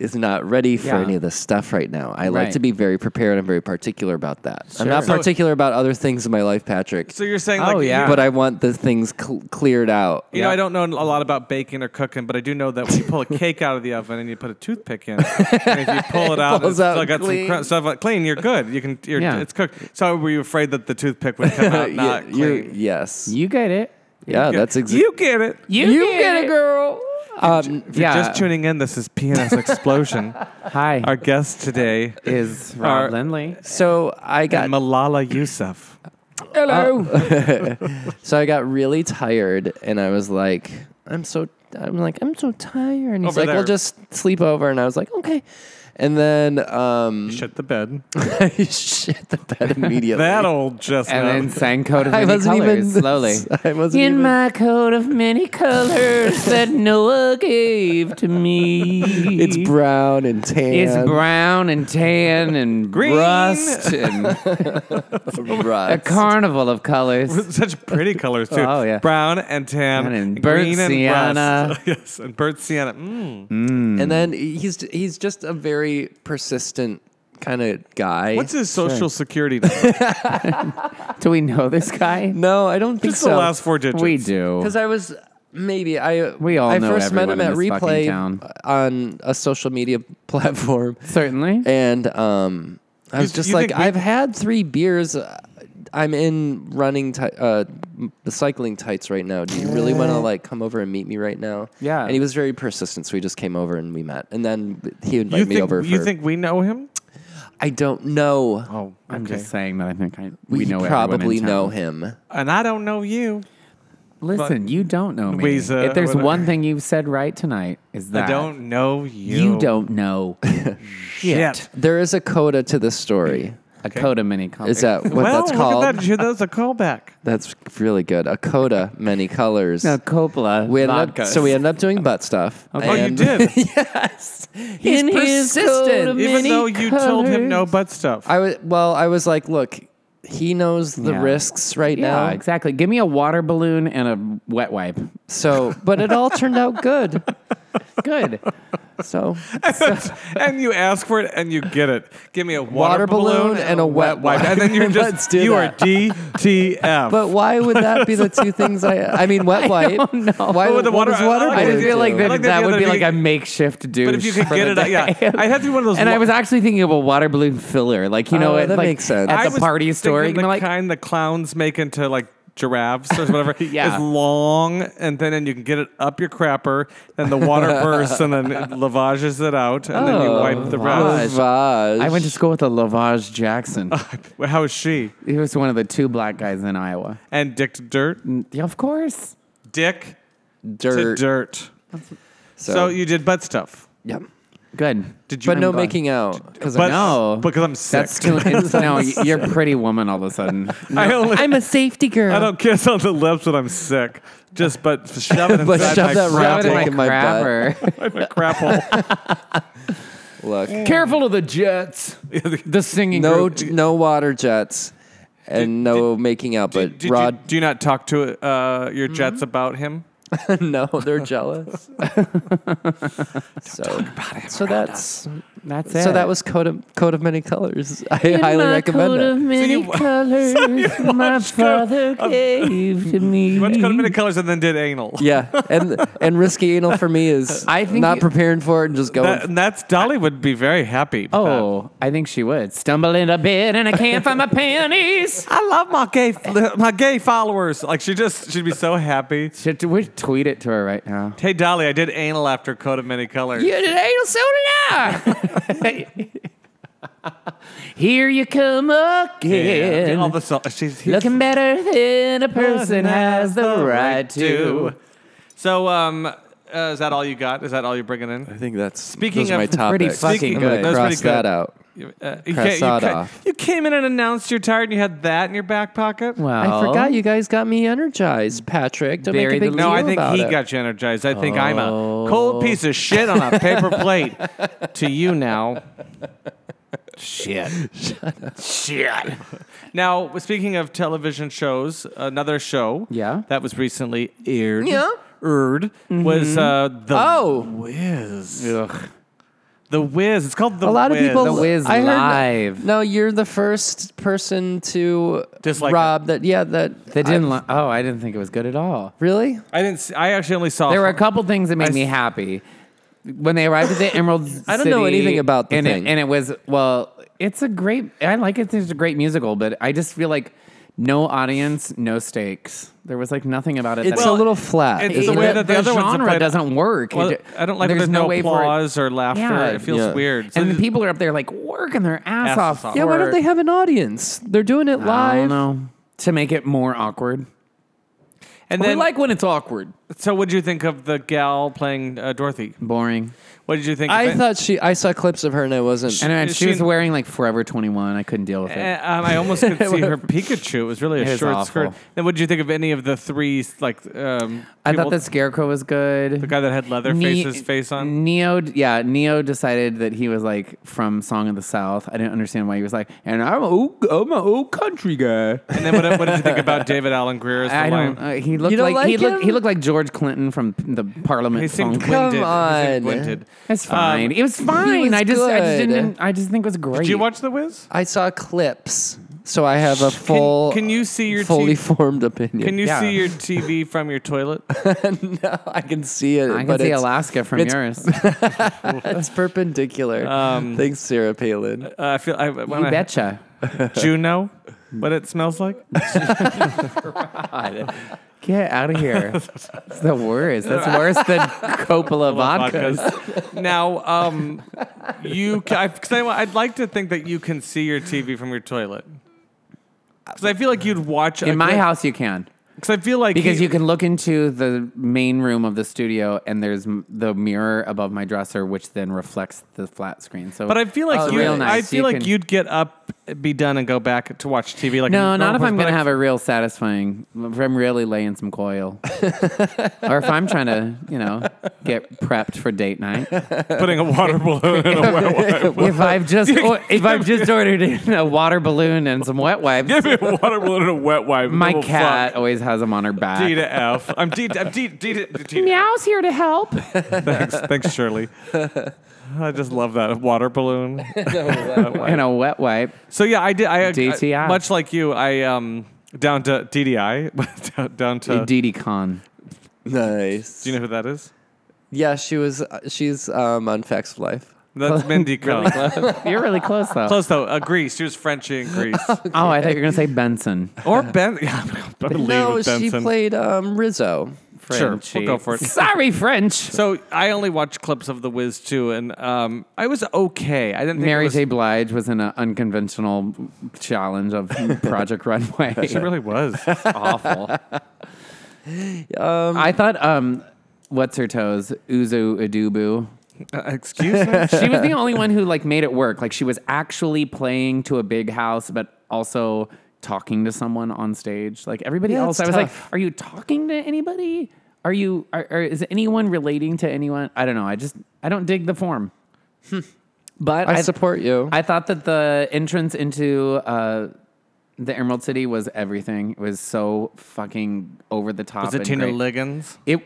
Speaker 1: Is not ready for
Speaker 2: Yeah.
Speaker 1: any of this stuff right now. I like
Speaker 2: Right.
Speaker 1: to be very prepared. I'm very particular about that. I'm not
Speaker 2: Sure.
Speaker 3: So-
Speaker 1: particular about other things in my life, Patrick.
Speaker 3: So you're saying like
Speaker 2: Oh, yeah.
Speaker 3: you-
Speaker 1: but I want the things cl- cleared out.
Speaker 3: You know, I don't know a lot about baking or cooking, but I do know that when you pull a cake out of the oven and you put a toothpick in, and if you pull it out, and
Speaker 1: pulls
Speaker 3: it's still
Speaker 1: out
Speaker 3: got
Speaker 1: clean.
Speaker 3: some cr- stuff like clean. You're good. You can. You're,
Speaker 2: Yeah.
Speaker 3: It's cooked. So were you afraid that the toothpick would come out not
Speaker 1: Yeah, you're-
Speaker 3: clean?
Speaker 1: yes.
Speaker 2: You get it.
Speaker 1: yeah, that's exactly.
Speaker 3: You get it.
Speaker 2: You,
Speaker 1: girl. Um,
Speaker 3: If you're
Speaker 2: Yeah.
Speaker 3: just tuning in, this is PNS Explosion.
Speaker 2: Hi.
Speaker 3: Our guest today
Speaker 2: is Rob
Speaker 3: our-
Speaker 2: Lindley.
Speaker 1: so I
Speaker 3: is
Speaker 1: got
Speaker 3: Malala Yousaf.
Speaker 2: Hello.
Speaker 1: so I got really tired, and I was like, I'm so I'm like I'm so tired, and he's
Speaker 3: Over
Speaker 1: like,
Speaker 3: there.
Speaker 1: we'll just sleep over, and I was like, okay, and then um,
Speaker 3: Shit the bed.
Speaker 1: I shit the bed immediately.
Speaker 3: That old just
Speaker 2: and then sang code of
Speaker 1: I
Speaker 2: many
Speaker 1: wasn't
Speaker 2: colors
Speaker 1: even
Speaker 2: slowly.
Speaker 1: I wasn't
Speaker 2: In
Speaker 1: even.
Speaker 2: my coat of many colors that Noah gave to me.
Speaker 1: it's brown and tan.
Speaker 2: It's brown and tan and
Speaker 3: Green.
Speaker 2: rust and a
Speaker 1: rust.
Speaker 2: carnival of colors.
Speaker 3: Such pretty colors too.
Speaker 2: Oh, yeah.
Speaker 3: brown and tan,
Speaker 2: And in burnt
Speaker 3: green and
Speaker 2: sienna.
Speaker 3: rust. yes, and burnt sienna. Mm.
Speaker 1: And then he's he's just a very persistent kind of guy.
Speaker 3: What's his social security number?
Speaker 2: Do we know this guy?
Speaker 1: no, I don't think
Speaker 3: Just
Speaker 1: so.
Speaker 3: the last four digits.
Speaker 2: We do.
Speaker 1: Because I was maybe I
Speaker 2: We all
Speaker 1: I
Speaker 2: know
Speaker 1: first met him
Speaker 2: everyone in
Speaker 1: at
Speaker 2: this fucking
Speaker 1: replay
Speaker 2: town.
Speaker 1: on a social media platform,
Speaker 2: Certainly.
Speaker 1: and um, I was
Speaker 3: You-
Speaker 1: just
Speaker 3: you
Speaker 1: like,
Speaker 3: think we-
Speaker 1: I've had three beers. uh, I'm in running ti uh, m- cycling tights right now. Do you really want to like come over and meet me right now?
Speaker 2: Yeah.
Speaker 1: And he was very persistent, so we just came over and we met, and then he
Speaker 3: You
Speaker 1: invited me
Speaker 3: think-
Speaker 1: over.
Speaker 3: You
Speaker 1: for,
Speaker 3: think we know him?
Speaker 1: I don't know?
Speaker 3: Oh,
Speaker 2: I'm just saying that I think I,
Speaker 1: we
Speaker 2: we, know everyone in
Speaker 1: probably
Speaker 2: town.
Speaker 1: know him.
Speaker 3: And I don't know you.
Speaker 2: Listen, you don't know me.
Speaker 3: Louisa,
Speaker 2: if there's
Speaker 3: whatever.
Speaker 2: one thing you've said right tonight, is that
Speaker 3: I don't know you.
Speaker 2: You don't know
Speaker 3: Yet.
Speaker 1: There is a coda to this story.
Speaker 2: a coda mini comic.
Speaker 1: Is that what
Speaker 3: well,
Speaker 1: that's
Speaker 3: look
Speaker 1: called?
Speaker 3: at that. Did you- That was a callback.
Speaker 1: That's really good. A coda, many colors.
Speaker 2: no Coppola?
Speaker 1: we ended up,
Speaker 2: vodkas.
Speaker 1: so we ended up doing butt stuff.
Speaker 3: Oh, you
Speaker 1: and-
Speaker 3: did.
Speaker 1: yes. He's
Speaker 2: In his
Speaker 1: persistent.
Speaker 2: coda-
Speaker 3: Even
Speaker 2: Many
Speaker 3: though you told him no
Speaker 2: colors.
Speaker 3: butt stuff.
Speaker 1: I was well. I was like, look, he knows the
Speaker 2: Yeah.
Speaker 1: risks right now.
Speaker 2: yeah, exactly. Give me a water balloon and a wet wipe.
Speaker 1: So, but it all turned out good.
Speaker 2: Good.
Speaker 1: So
Speaker 3: and you ask for it and you get it. Give me a water,
Speaker 1: Water balloon and a wet
Speaker 3: wipe.
Speaker 1: wipe.
Speaker 3: And then you're
Speaker 1: Let's
Speaker 3: just
Speaker 1: do
Speaker 3: you
Speaker 1: that.
Speaker 3: are DTF.
Speaker 1: But why would that be the two things I? I mean, wet wipe. No, why
Speaker 3: But with the
Speaker 1: what
Speaker 3: water-
Speaker 1: does
Speaker 3: I
Speaker 1: water?
Speaker 3: like
Speaker 2: I
Speaker 3: it.
Speaker 1: balloon
Speaker 2: just feel like
Speaker 1: do?
Speaker 3: I
Speaker 2: that,
Speaker 3: like the
Speaker 2: that
Speaker 3: idea
Speaker 2: would
Speaker 3: that
Speaker 2: be
Speaker 3: if
Speaker 2: like
Speaker 3: you-
Speaker 2: a makeshift douche.
Speaker 3: But if you could
Speaker 2: for
Speaker 3: get
Speaker 2: the
Speaker 3: it, out- yeah.
Speaker 2: day.
Speaker 3: I'd have to be one of those.
Speaker 2: And I
Speaker 3: wa-
Speaker 2: was actually thinking of a water balloon filler, like you know,
Speaker 1: Oh,
Speaker 2: at,
Speaker 1: that
Speaker 2: like,
Speaker 1: makes sense.
Speaker 2: at
Speaker 3: I
Speaker 2: the
Speaker 3: was
Speaker 2: party store. You
Speaker 3: thinking the
Speaker 2: know, like
Speaker 3: kind the clowns make into like giraffes or whatever.
Speaker 2: Yeah.
Speaker 3: It's long, and then and you can get it up your crapper, and the water bursts, and then it lavages it out, and then you
Speaker 1: Oh,
Speaker 3: wipe the
Speaker 2: lavage.
Speaker 3: rest.
Speaker 1: Lavage.
Speaker 2: I went to school with a Lavage Jackson.
Speaker 3: Well, How is she?
Speaker 2: he was one of the two black guys in Iowa.
Speaker 3: And Dick to dirt.
Speaker 2: Yeah, of course.
Speaker 3: Dick
Speaker 1: dirt.
Speaker 3: to dirt.
Speaker 1: So,
Speaker 3: So, you did butt stuff.
Speaker 1: yeah,
Speaker 2: Good.
Speaker 3: Did you?
Speaker 1: but no
Speaker 2: glad.
Speaker 1: making out because
Speaker 3: But-
Speaker 2: No.
Speaker 3: because I'm sick.
Speaker 2: That's no. You're a pretty woman all of a sudden.
Speaker 3: I only.
Speaker 1: I'm a safety girl.
Speaker 3: I don't kiss on the lips when I'm sick. Just but shove it inside
Speaker 1: But shove
Speaker 3: my
Speaker 1: that
Speaker 3: crap
Speaker 1: rabbit
Speaker 3: hole.
Speaker 1: in my butt.
Speaker 2: crapper.
Speaker 3: my crap hole.
Speaker 1: look.
Speaker 2: Careful of the jets. The singing.
Speaker 1: No,
Speaker 2: group.
Speaker 1: no water jets, and no making out. But
Speaker 3: Did you-
Speaker 1: Rod,
Speaker 3: do you not talk to uh, your jets about him?
Speaker 1: no, they're jealous. so, so that's
Speaker 2: That's it.
Speaker 1: so that was coat of coat of many colors. I highly recommend
Speaker 2: coat
Speaker 1: it.
Speaker 2: of many
Speaker 3: you-
Speaker 2: colors my father gave to me.
Speaker 3: You went to Codemina Colors and then did anal.
Speaker 1: Yeah, and and risky anal for me is
Speaker 2: I think
Speaker 1: not
Speaker 2: you-
Speaker 1: preparing for it and just going.
Speaker 3: That, and that's Dolly would be very happy. with
Speaker 2: Oh, I think she would. Stumble into bed and I can't find my panties.
Speaker 3: that. I love my gay my gay followers. Like she just she'd be so happy.
Speaker 2: Should we tweet it to her right now?
Speaker 3: Hey Dolly, I did anal after Code of Many Colors.
Speaker 2: You did anal, so did I. Here you come again.
Speaker 3: All the so- she's
Speaker 2: Looking better than a person has the right to.
Speaker 3: So um, uh, is that all you got? Is that all you're bringing in?
Speaker 1: I think that's
Speaker 3: Speaking
Speaker 1: those are my
Speaker 3: of
Speaker 1: topics.
Speaker 2: pretty fucking
Speaker 1: I'm gonna
Speaker 2: good. That was
Speaker 1: cross
Speaker 3: pretty good.
Speaker 1: that out.
Speaker 3: You, uh, you,
Speaker 1: Press
Speaker 3: ca- you,
Speaker 1: that
Speaker 3: ca-
Speaker 1: off.
Speaker 3: you came in and announced you're tired, and you had that in your back pocket.
Speaker 2: Well,
Speaker 1: I forgot you guys got me energized, Patrick. Don't make
Speaker 2: Bury
Speaker 1: a big
Speaker 2: the
Speaker 1: deal
Speaker 3: No, I think
Speaker 1: about
Speaker 3: he
Speaker 1: it.
Speaker 3: got you energized. I think I'm a cold piece of shit on a paper plate to you now.
Speaker 2: Shit. Shit.
Speaker 3: Now, speaking of television shows, another show
Speaker 2: Yeah.
Speaker 3: that was recently aired
Speaker 1: Yeah.
Speaker 3: aired was uh, the
Speaker 1: Oh.
Speaker 3: Wiz.
Speaker 2: Ugh.
Speaker 3: The Wiz. It's called the
Speaker 1: a lot
Speaker 3: Wiz.
Speaker 1: of people.
Speaker 2: The Wiz
Speaker 1: I heard-
Speaker 2: live.
Speaker 1: no, you're the first person to
Speaker 3: Dislike
Speaker 1: Rob. That yeah, that
Speaker 2: They didn't. Li- oh, I didn't think it was good at all.
Speaker 1: really.
Speaker 3: I didn't. See, I actually only saw.
Speaker 2: There were a couple things that made
Speaker 3: Uh-huh. I
Speaker 2: me
Speaker 3: s-
Speaker 2: happy when they arrived at the Emerald.
Speaker 1: I don't know
Speaker 2: City,
Speaker 1: anything about the
Speaker 2: and
Speaker 1: thing.
Speaker 2: It, and it was well, it's a great. I like it. It's a great musical, but I just feel like no audience, no stakes. There was like nothing about it.
Speaker 1: It's
Speaker 2: that
Speaker 1: a little flat.
Speaker 3: it's
Speaker 1: isn't
Speaker 3: the
Speaker 1: it?
Speaker 3: way that the other ones are
Speaker 2: genre
Speaker 3: played-
Speaker 2: doesn't work.
Speaker 3: Well,
Speaker 2: It-
Speaker 3: I don't like. There's, there's no,
Speaker 2: for it.
Speaker 3: applause or laughter.
Speaker 2: Yeah.
Speaker 3: It feels
Speaker 1: Yeah.
Speaker 3: weird. So
Speaker 2: And the
Speaker 3: just-
Speaker 2: people are up there like working their ass,
Speaker 3: Asses
Speaker 2: off.
Speaker 3: off.
Speaker 2: For,
Speaker 1: yeah, why don't they have an audience? They're doing it
Speaker 2: I don't
Speaker 1: live.
Speaker 2: know to make it more awkward.
Speaker 3: and
Speaker 2: We
Speaker 3: then,
Speaker 2: like when it's awkward.
Speaker 3: so what did you think of the gal playing uh, Dorothy?
Speaker 2: Boring.
Speaker 3: What did you think?
Speaker 1: I
Speaker 3: of it?
Speaker 1: thought she. I saw clips of her and I wasn't.
Speaker 2: And
Speaker 3: Is
Speaker 2: she,
Speaker 3: she-
Speaker 2: was wearing like Forever 21. I couldn't deal with it.
Speaker 3: Eh, um, I almost could see her Pikachu. It was really a
Speaker 2: It was
Speaker 3: short
Speaker 2: awful.
Speaker 3: skirt. Then, what did you think of any of the three? Like, um,
Speaker 2: I
Speaker 3: people-
Speaker 2: thought the scarecrow was good.
Speaker 3: the guy that had Leatherface's face on.
Speaker 2: Neo, yeah, Neo decided that he was like from Song of the South. I didn't understand why he was like, and I'm a old, I'm a old country guy.
Speaker 3: And then, what, what did you think about David Allen Greer as the
Speaker 2: I
Speaker 3: lion?
Speaker 2: don't. Uh, he looked
Speaker 1: don't
Speaker 2: like, he
Speaker 1: like
Speaker 2: looked he
Speaker 1: him?
Speaker 2: looked like George Clinton from the Parliament.
Speaker 3: he seemed Um, winded. He seemed
Speaker 1: Come on.
Speaker 2: song.
Speaker 3: winded.
Speaker 2: It's fine. it was fine.
Speaker 1: was
Speaker 2: I just I just
Speaker 1: good.
Speaker 2: didn't. I just think it was great.
Speaker 3: Did you watch The Wiz?
Speaker 1: I saw clips, so I have a full.
Speaker 3: can you see your
Speaker 1: fully
Speaker 3: teeth?
Speaker 1: formed opinion?
Speaker 3: Can you
Speaker 2: Yeah.
Speaker 3: see your TV from your toilet? Uh,
Speaker 1: no, I can see it.
Speaker 2: I can
Speaker 1: but
Speaker 2: see
Speaker 1: it's,
Speaker 2: Alaska from
Speaker 1: it's-
Speaker 2: yours.
Speaker 1: It's perpendicular. Thanks, Sarah Palin.
Speaker 3: Um, Uh, I feel. I, when
Speaker 2: you
Speaker 3: I,
Speaker 2: betcha.
Speaker 3: Juno. What it smells like?
Speaker 2: Get out of here. it's the worst. That's worse than Coppola vodka.
Speaker 3: Vodkas. now, um, you because I, I'd like to think that you can see your TV from your toilet. Because I feel like you'd watch
Speaker 2: In my house, you can.
Speaker 3: Because I feel like
Speaker 2: Because you can look into the main room of the studio, and there's m- the mirror above my dresser, which then reflects the flat screen. So,
Speaker 3: But I feel like
Speaker 2: Oh,
Speaker 3: you.
Speaker 2: real
Speaker 3: I
Speaker 2: nice.
Speaker 3: feel
Speaker 2: You
Speaker 3: like
Speaker 2: can-
Speaker 3: you'd get up be done and go back to watch TV? Like
Speaker 2: No,
Speaker 3: a
Speaker 2: not if
Speaker 3: normal
Speaker 2: I'm going to
Speaker 3: person?
Speaker 2: have a real satisfying, if I'm really laying some coil. or if I'm trying to, you know, get prepped for date night.
Speaker 3: putting a water balloon in a wet wipe.
Speaker 2: if I've just or- if I've just ordered in a water balloon and some wet wipes,
Speaker 3: Give me a water balloon and a wet wipe.
Speaker 2: my
Speaker 3: Little
Speaker 2: cat
Speaker 3: fuck.
Speaker 2: always has them on her back.
Speaker 3: D to F. I'm D. I'm D. D to D. to-
Speaker 2: Meow's here to help.
Speaker 3: Thanks, thanks, Shirley. I just love that water balloon.
Speaker 2: and a wet wipe.
Speaker 3: So yeah, I did. I, I-
Speaker 2: DTI.
Speaker 3: much like you, I um down to DDI down, down to.
Speaker 2: Didi Khan.
Speaker 1: Nice.
Speaker 3: do you know who that is?
Speaker 1: Yeah, she was. uh, She's um, on Facts of Life.
Speaker 3: That's Mindy Cohn.
Speaker 2: You're really close though.
Speaker 3: Close though. Uh, Greece. She was Frenchy in Greece.
Speaker 2: Oh, I thought you were gonna say Benson.
Speaker 3: or Ben. Yeah, I'm gonna leave
Speaker 1: No,
Speaker 3: with
Speaker 1: she
Speaker 3: Benson.
Speaker 1: played um, Rizzo.
Speaker 3: Sure,
Speaker 2: Frenchie.
Speaker 3: we'll go for it.
Speaker 2: Sorry, French.
Speaker 3: So I only watched clips of The Wiz too, and um, I was okay. I didn't. Think
Speaker 2: Mary
Speaker 3: it was,
Speaker 2: J. Blige was in an unconventional challenge of Project Runway.
Speaker 3: She really was. Uh,
Speaker 2: awful. I thought, um, what's her toes? Uzu Adubu.
Speaker 3: Uh, excuse me.
Speaker 2: She was the only one who like made it work. Like she was actually playing to a big house, but also talking to someone on stage. Like everybody
Speaker 1: Yeah,
Speaker 2: else, I
Speaker 1: it's
Speaker 2: was
Speaker 1: tough.
Speaker 2: like, are you talking to anybody? Are you? Are, are, is anyone relating to anyone? I don't know. I just I don't dig the form. but
Speaker 1: I, support you.
Speaker 2: I thought that the entrance into uh, the Emerald City was everything. It was so fucking over the top.
Speaker 3: Was it
Speaker 2: and
Speaker 3: Tina
Speaker 2: great.
Speaker 3: Liggins?
Speaker 2: It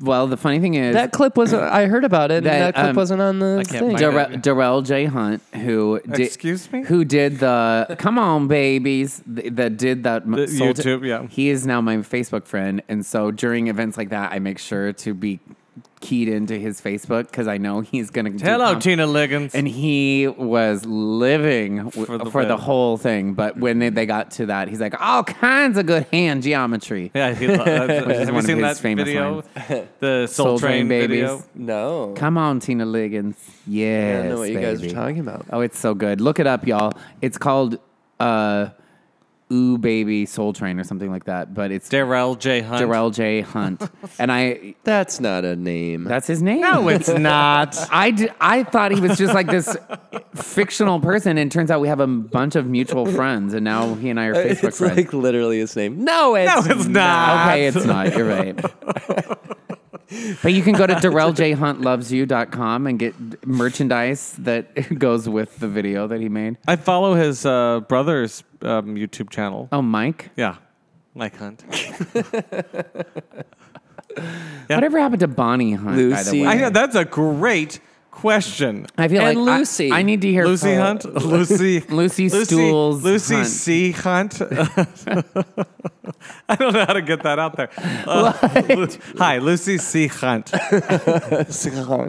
Speaker 2: well, the funny thing is
Speaker 1: that clip wasn't. I heard about it. and
Speaker 2: That,
Speaker 1: that clip
Speaker 2: um,
Speaker 1: wasn't on the
Speaker 3: can't
Speaker 1: thing.
Speaker 3: find it.
Speaker 2: Dar- Darrell J. Hunt, who did,
Speaker 3: Excuse me?
Speaker 2: who did the "Come On Babies" th- that did that m-
Speaker 3: The
Speaker 2: sold-
Speaker 3: YouTube, yeah.
Speaker 2: He is now my Facebook friend, and so during events like that, I make sure to be keyed into his Facebook because I know he's gonna. do
Speaker 3: Hello,
Speaker 2: com-
Speaker 3: Tina Liggins.
Speaker 2: and he was living w-
Speaker 3: For
Speaker 2: for
Speaker 3: the
Speaker 2: the,
Speaker 3: win. Mm-hmm.
Speaker 2: whole thing. But when they, they got to that, he's like, all kinds of good hand geometry.
Speaker 3: yeah, he lo- that's-
Speaker 2: is
Speaker 3: have you
Speaker 2: one of
Speaker 3: seen
Speaker 2: his
Speaker 3: that
Speaker 2: famous
Speaker 3: video? The Soul,
Speaker 2: Soul
Speaker 3: Train,
Speaker 2: Train Babies.
Speaker 3: video.
Speaker 1: no,
Speaker 2: Come on, Tina Liggins. Yes,
Speaker 1: I don't know what you guys are
Speaker 2: baby.
Speaker 1: talking about.
Speaker 2: Oh, it's so good. Look it up, y'all. It's called uh, Ooh Baby Soul Train or something like that. But it's
Speaker 3: Darrell J. Hunt.
Speaker 2: Darrell J. Hunt, and I.
Speaker 1: That's not a name.
Speaker 2: That's his name.
Speaker 3: No, it's not.
Speaker 2: I, d- I thought he was just like this fictional person, and turns out we have a bunch of mutual friends, and now he and I are Facebook
Speaker 1: Uh, it's
Speaker 2: friends.
Speaker 1: like literally his name. No, it's
Speaker 3: No, it's not.
Speaker 2: Okay, it's not. You're right. but you can go to DarrellJHuntLovesYou.com and get merchandise that goes with the video that he made.
Speaker 3: I follow his uh, brother's um, YouTube channel.
Speaker 2: Oh, Mike.
Speaker 3: Yeah, Mike Hunt.
Speaker 2: Whatever happened to Bonnie Hunt, by the
Speaker 1: Lucy.
Speaker 2: way?
Speaker 3: I know that's a great question.
Speaker 2: I feel
Speaker 1: And
Speaker 2: like I-
Speaker 1: Lucy.
Speaker 2: I, need to hear
Speaker 3: Lucy
Speaker 2: from-
Speaker 3: Hunt, Lucy,
Speaker 2: Lucy Stools
Speaker 3: Lucy
Speaker 2: Hunt.
Speaker 3: C Hunt. I don't know how to get that out there. Uh, Lu- hi, Lucy C Hunt.
Speaker 1: oh,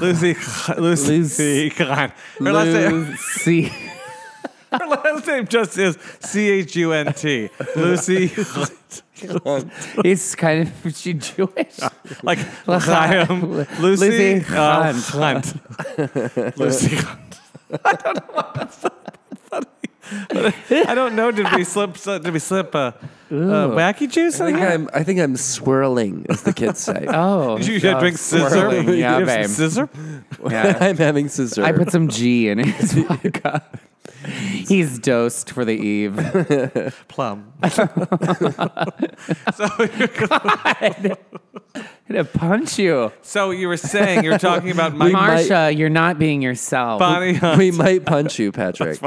Speaker 3: Lucy, Lucy, C. Hunt. Her last name,
Speaker 2: Lucy.
Speaker 3: her last name just is C H U N T. Lucy,
Speaker 2: it's kind of is she Jewish.
Speaker 3: like Chaim. Lucy,
Speaker 2: Lucy
Speaker 3: uh,
Speaker 2: Hunt.
Speaker 3: Hunt. Lucy Hunt. I don't know. Did we slip? Did we slip a, a wacky juice?
Speaker 1: I
Speaker 3: in
Speaker 1: think
Speaker 3: here?
Speaker 1: I'm. I think I'm swirling, as the kids say.
Speaker 2: Oh,
Speaker 3: Did you should
Speaker 2: uh,
Speaker 3: drink scissor?
Speaker 2: swirling.
Speaker 3: You
Speaker 2: Yeah,
Speaker 3: have some
Speaker 2: babe.
Speaker 3: Scissor?
Speaker 2: Yeah.
Speaker 1: I'm having scissor.
Speaker 2: I put some G in his vodka. He's dosed for the eve.
Speaker 3: Plum.
Speaker 2: to punch you,
Speaker 3: So you were saying you were talking about Mike
Speaker 2: Marsha. You're not being yourself.
Speaker 3: Bonnie Hunt.
Speaker 1: we might punch you, Patrick.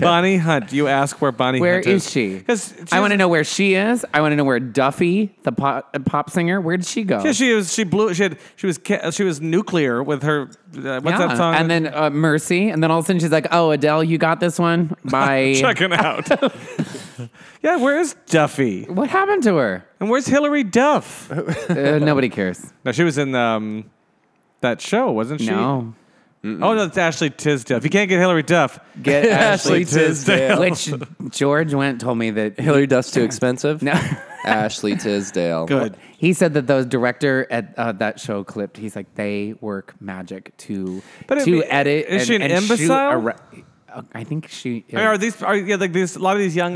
Speaker 3: Bonnie Hunt. You ask where Bonnie
Speaker 2: Where
Speaker 3: Hunt is.
Speaker 2: is she?
Speaker 3: Because
Speaker 2: I want to know where she is. I want to know where Duffy, the pop, uh, pop singer, where did she go?
Speaker 3: Yeah, she was. She blew. She had. She was. ca- She was nuclear with her. Uh, what's
Speaker 2: Yeah.
Speaker 3: that song?
Speaker 2: And then uh, Mercy, and then all of a sudden she's like, "Oh, Adele, you got this one." Bye.
Speaker 3: checking out. yeah, where is Duffy?
Speaker 2: what happened to her?
Speaker 3: And where's Hillary Duff?
Speaker 2: Uh, nobody cares.
Speaker 3: No, she was in um, that show, wasn't she?
Speaker 2: No.
Speaker 3: Oh no, it's Ashley Tisdale. If you can't get Hillary Duff,
Speaker 2: Get
Speaker 1: Ashley
Speaker 2: Ashley.
Speaker 1: Tisdale.
Speaker 2: Which George went told me that
Speaker 1: Hillary Duff's too expensive.
Speaker 2: no.
Speaker 1: Ashley Tisdale.
Speaker 3: good.
Speaker 2: He said that the director at uh, that show clipped. He's like, they work magic to
Speaker 3: But I
Speaker 2: to
Speaker 3: mean,
Speaker 2: edit.
Speaker 3: is
Speaker 2: and,
Speaker 3: she an
Speaker 2: and shoot
Speaker 3: imbecile?
Speaker 2: a re- uh, I think she.
Speaker 3: I mean, are these are yeah like these a lot of these young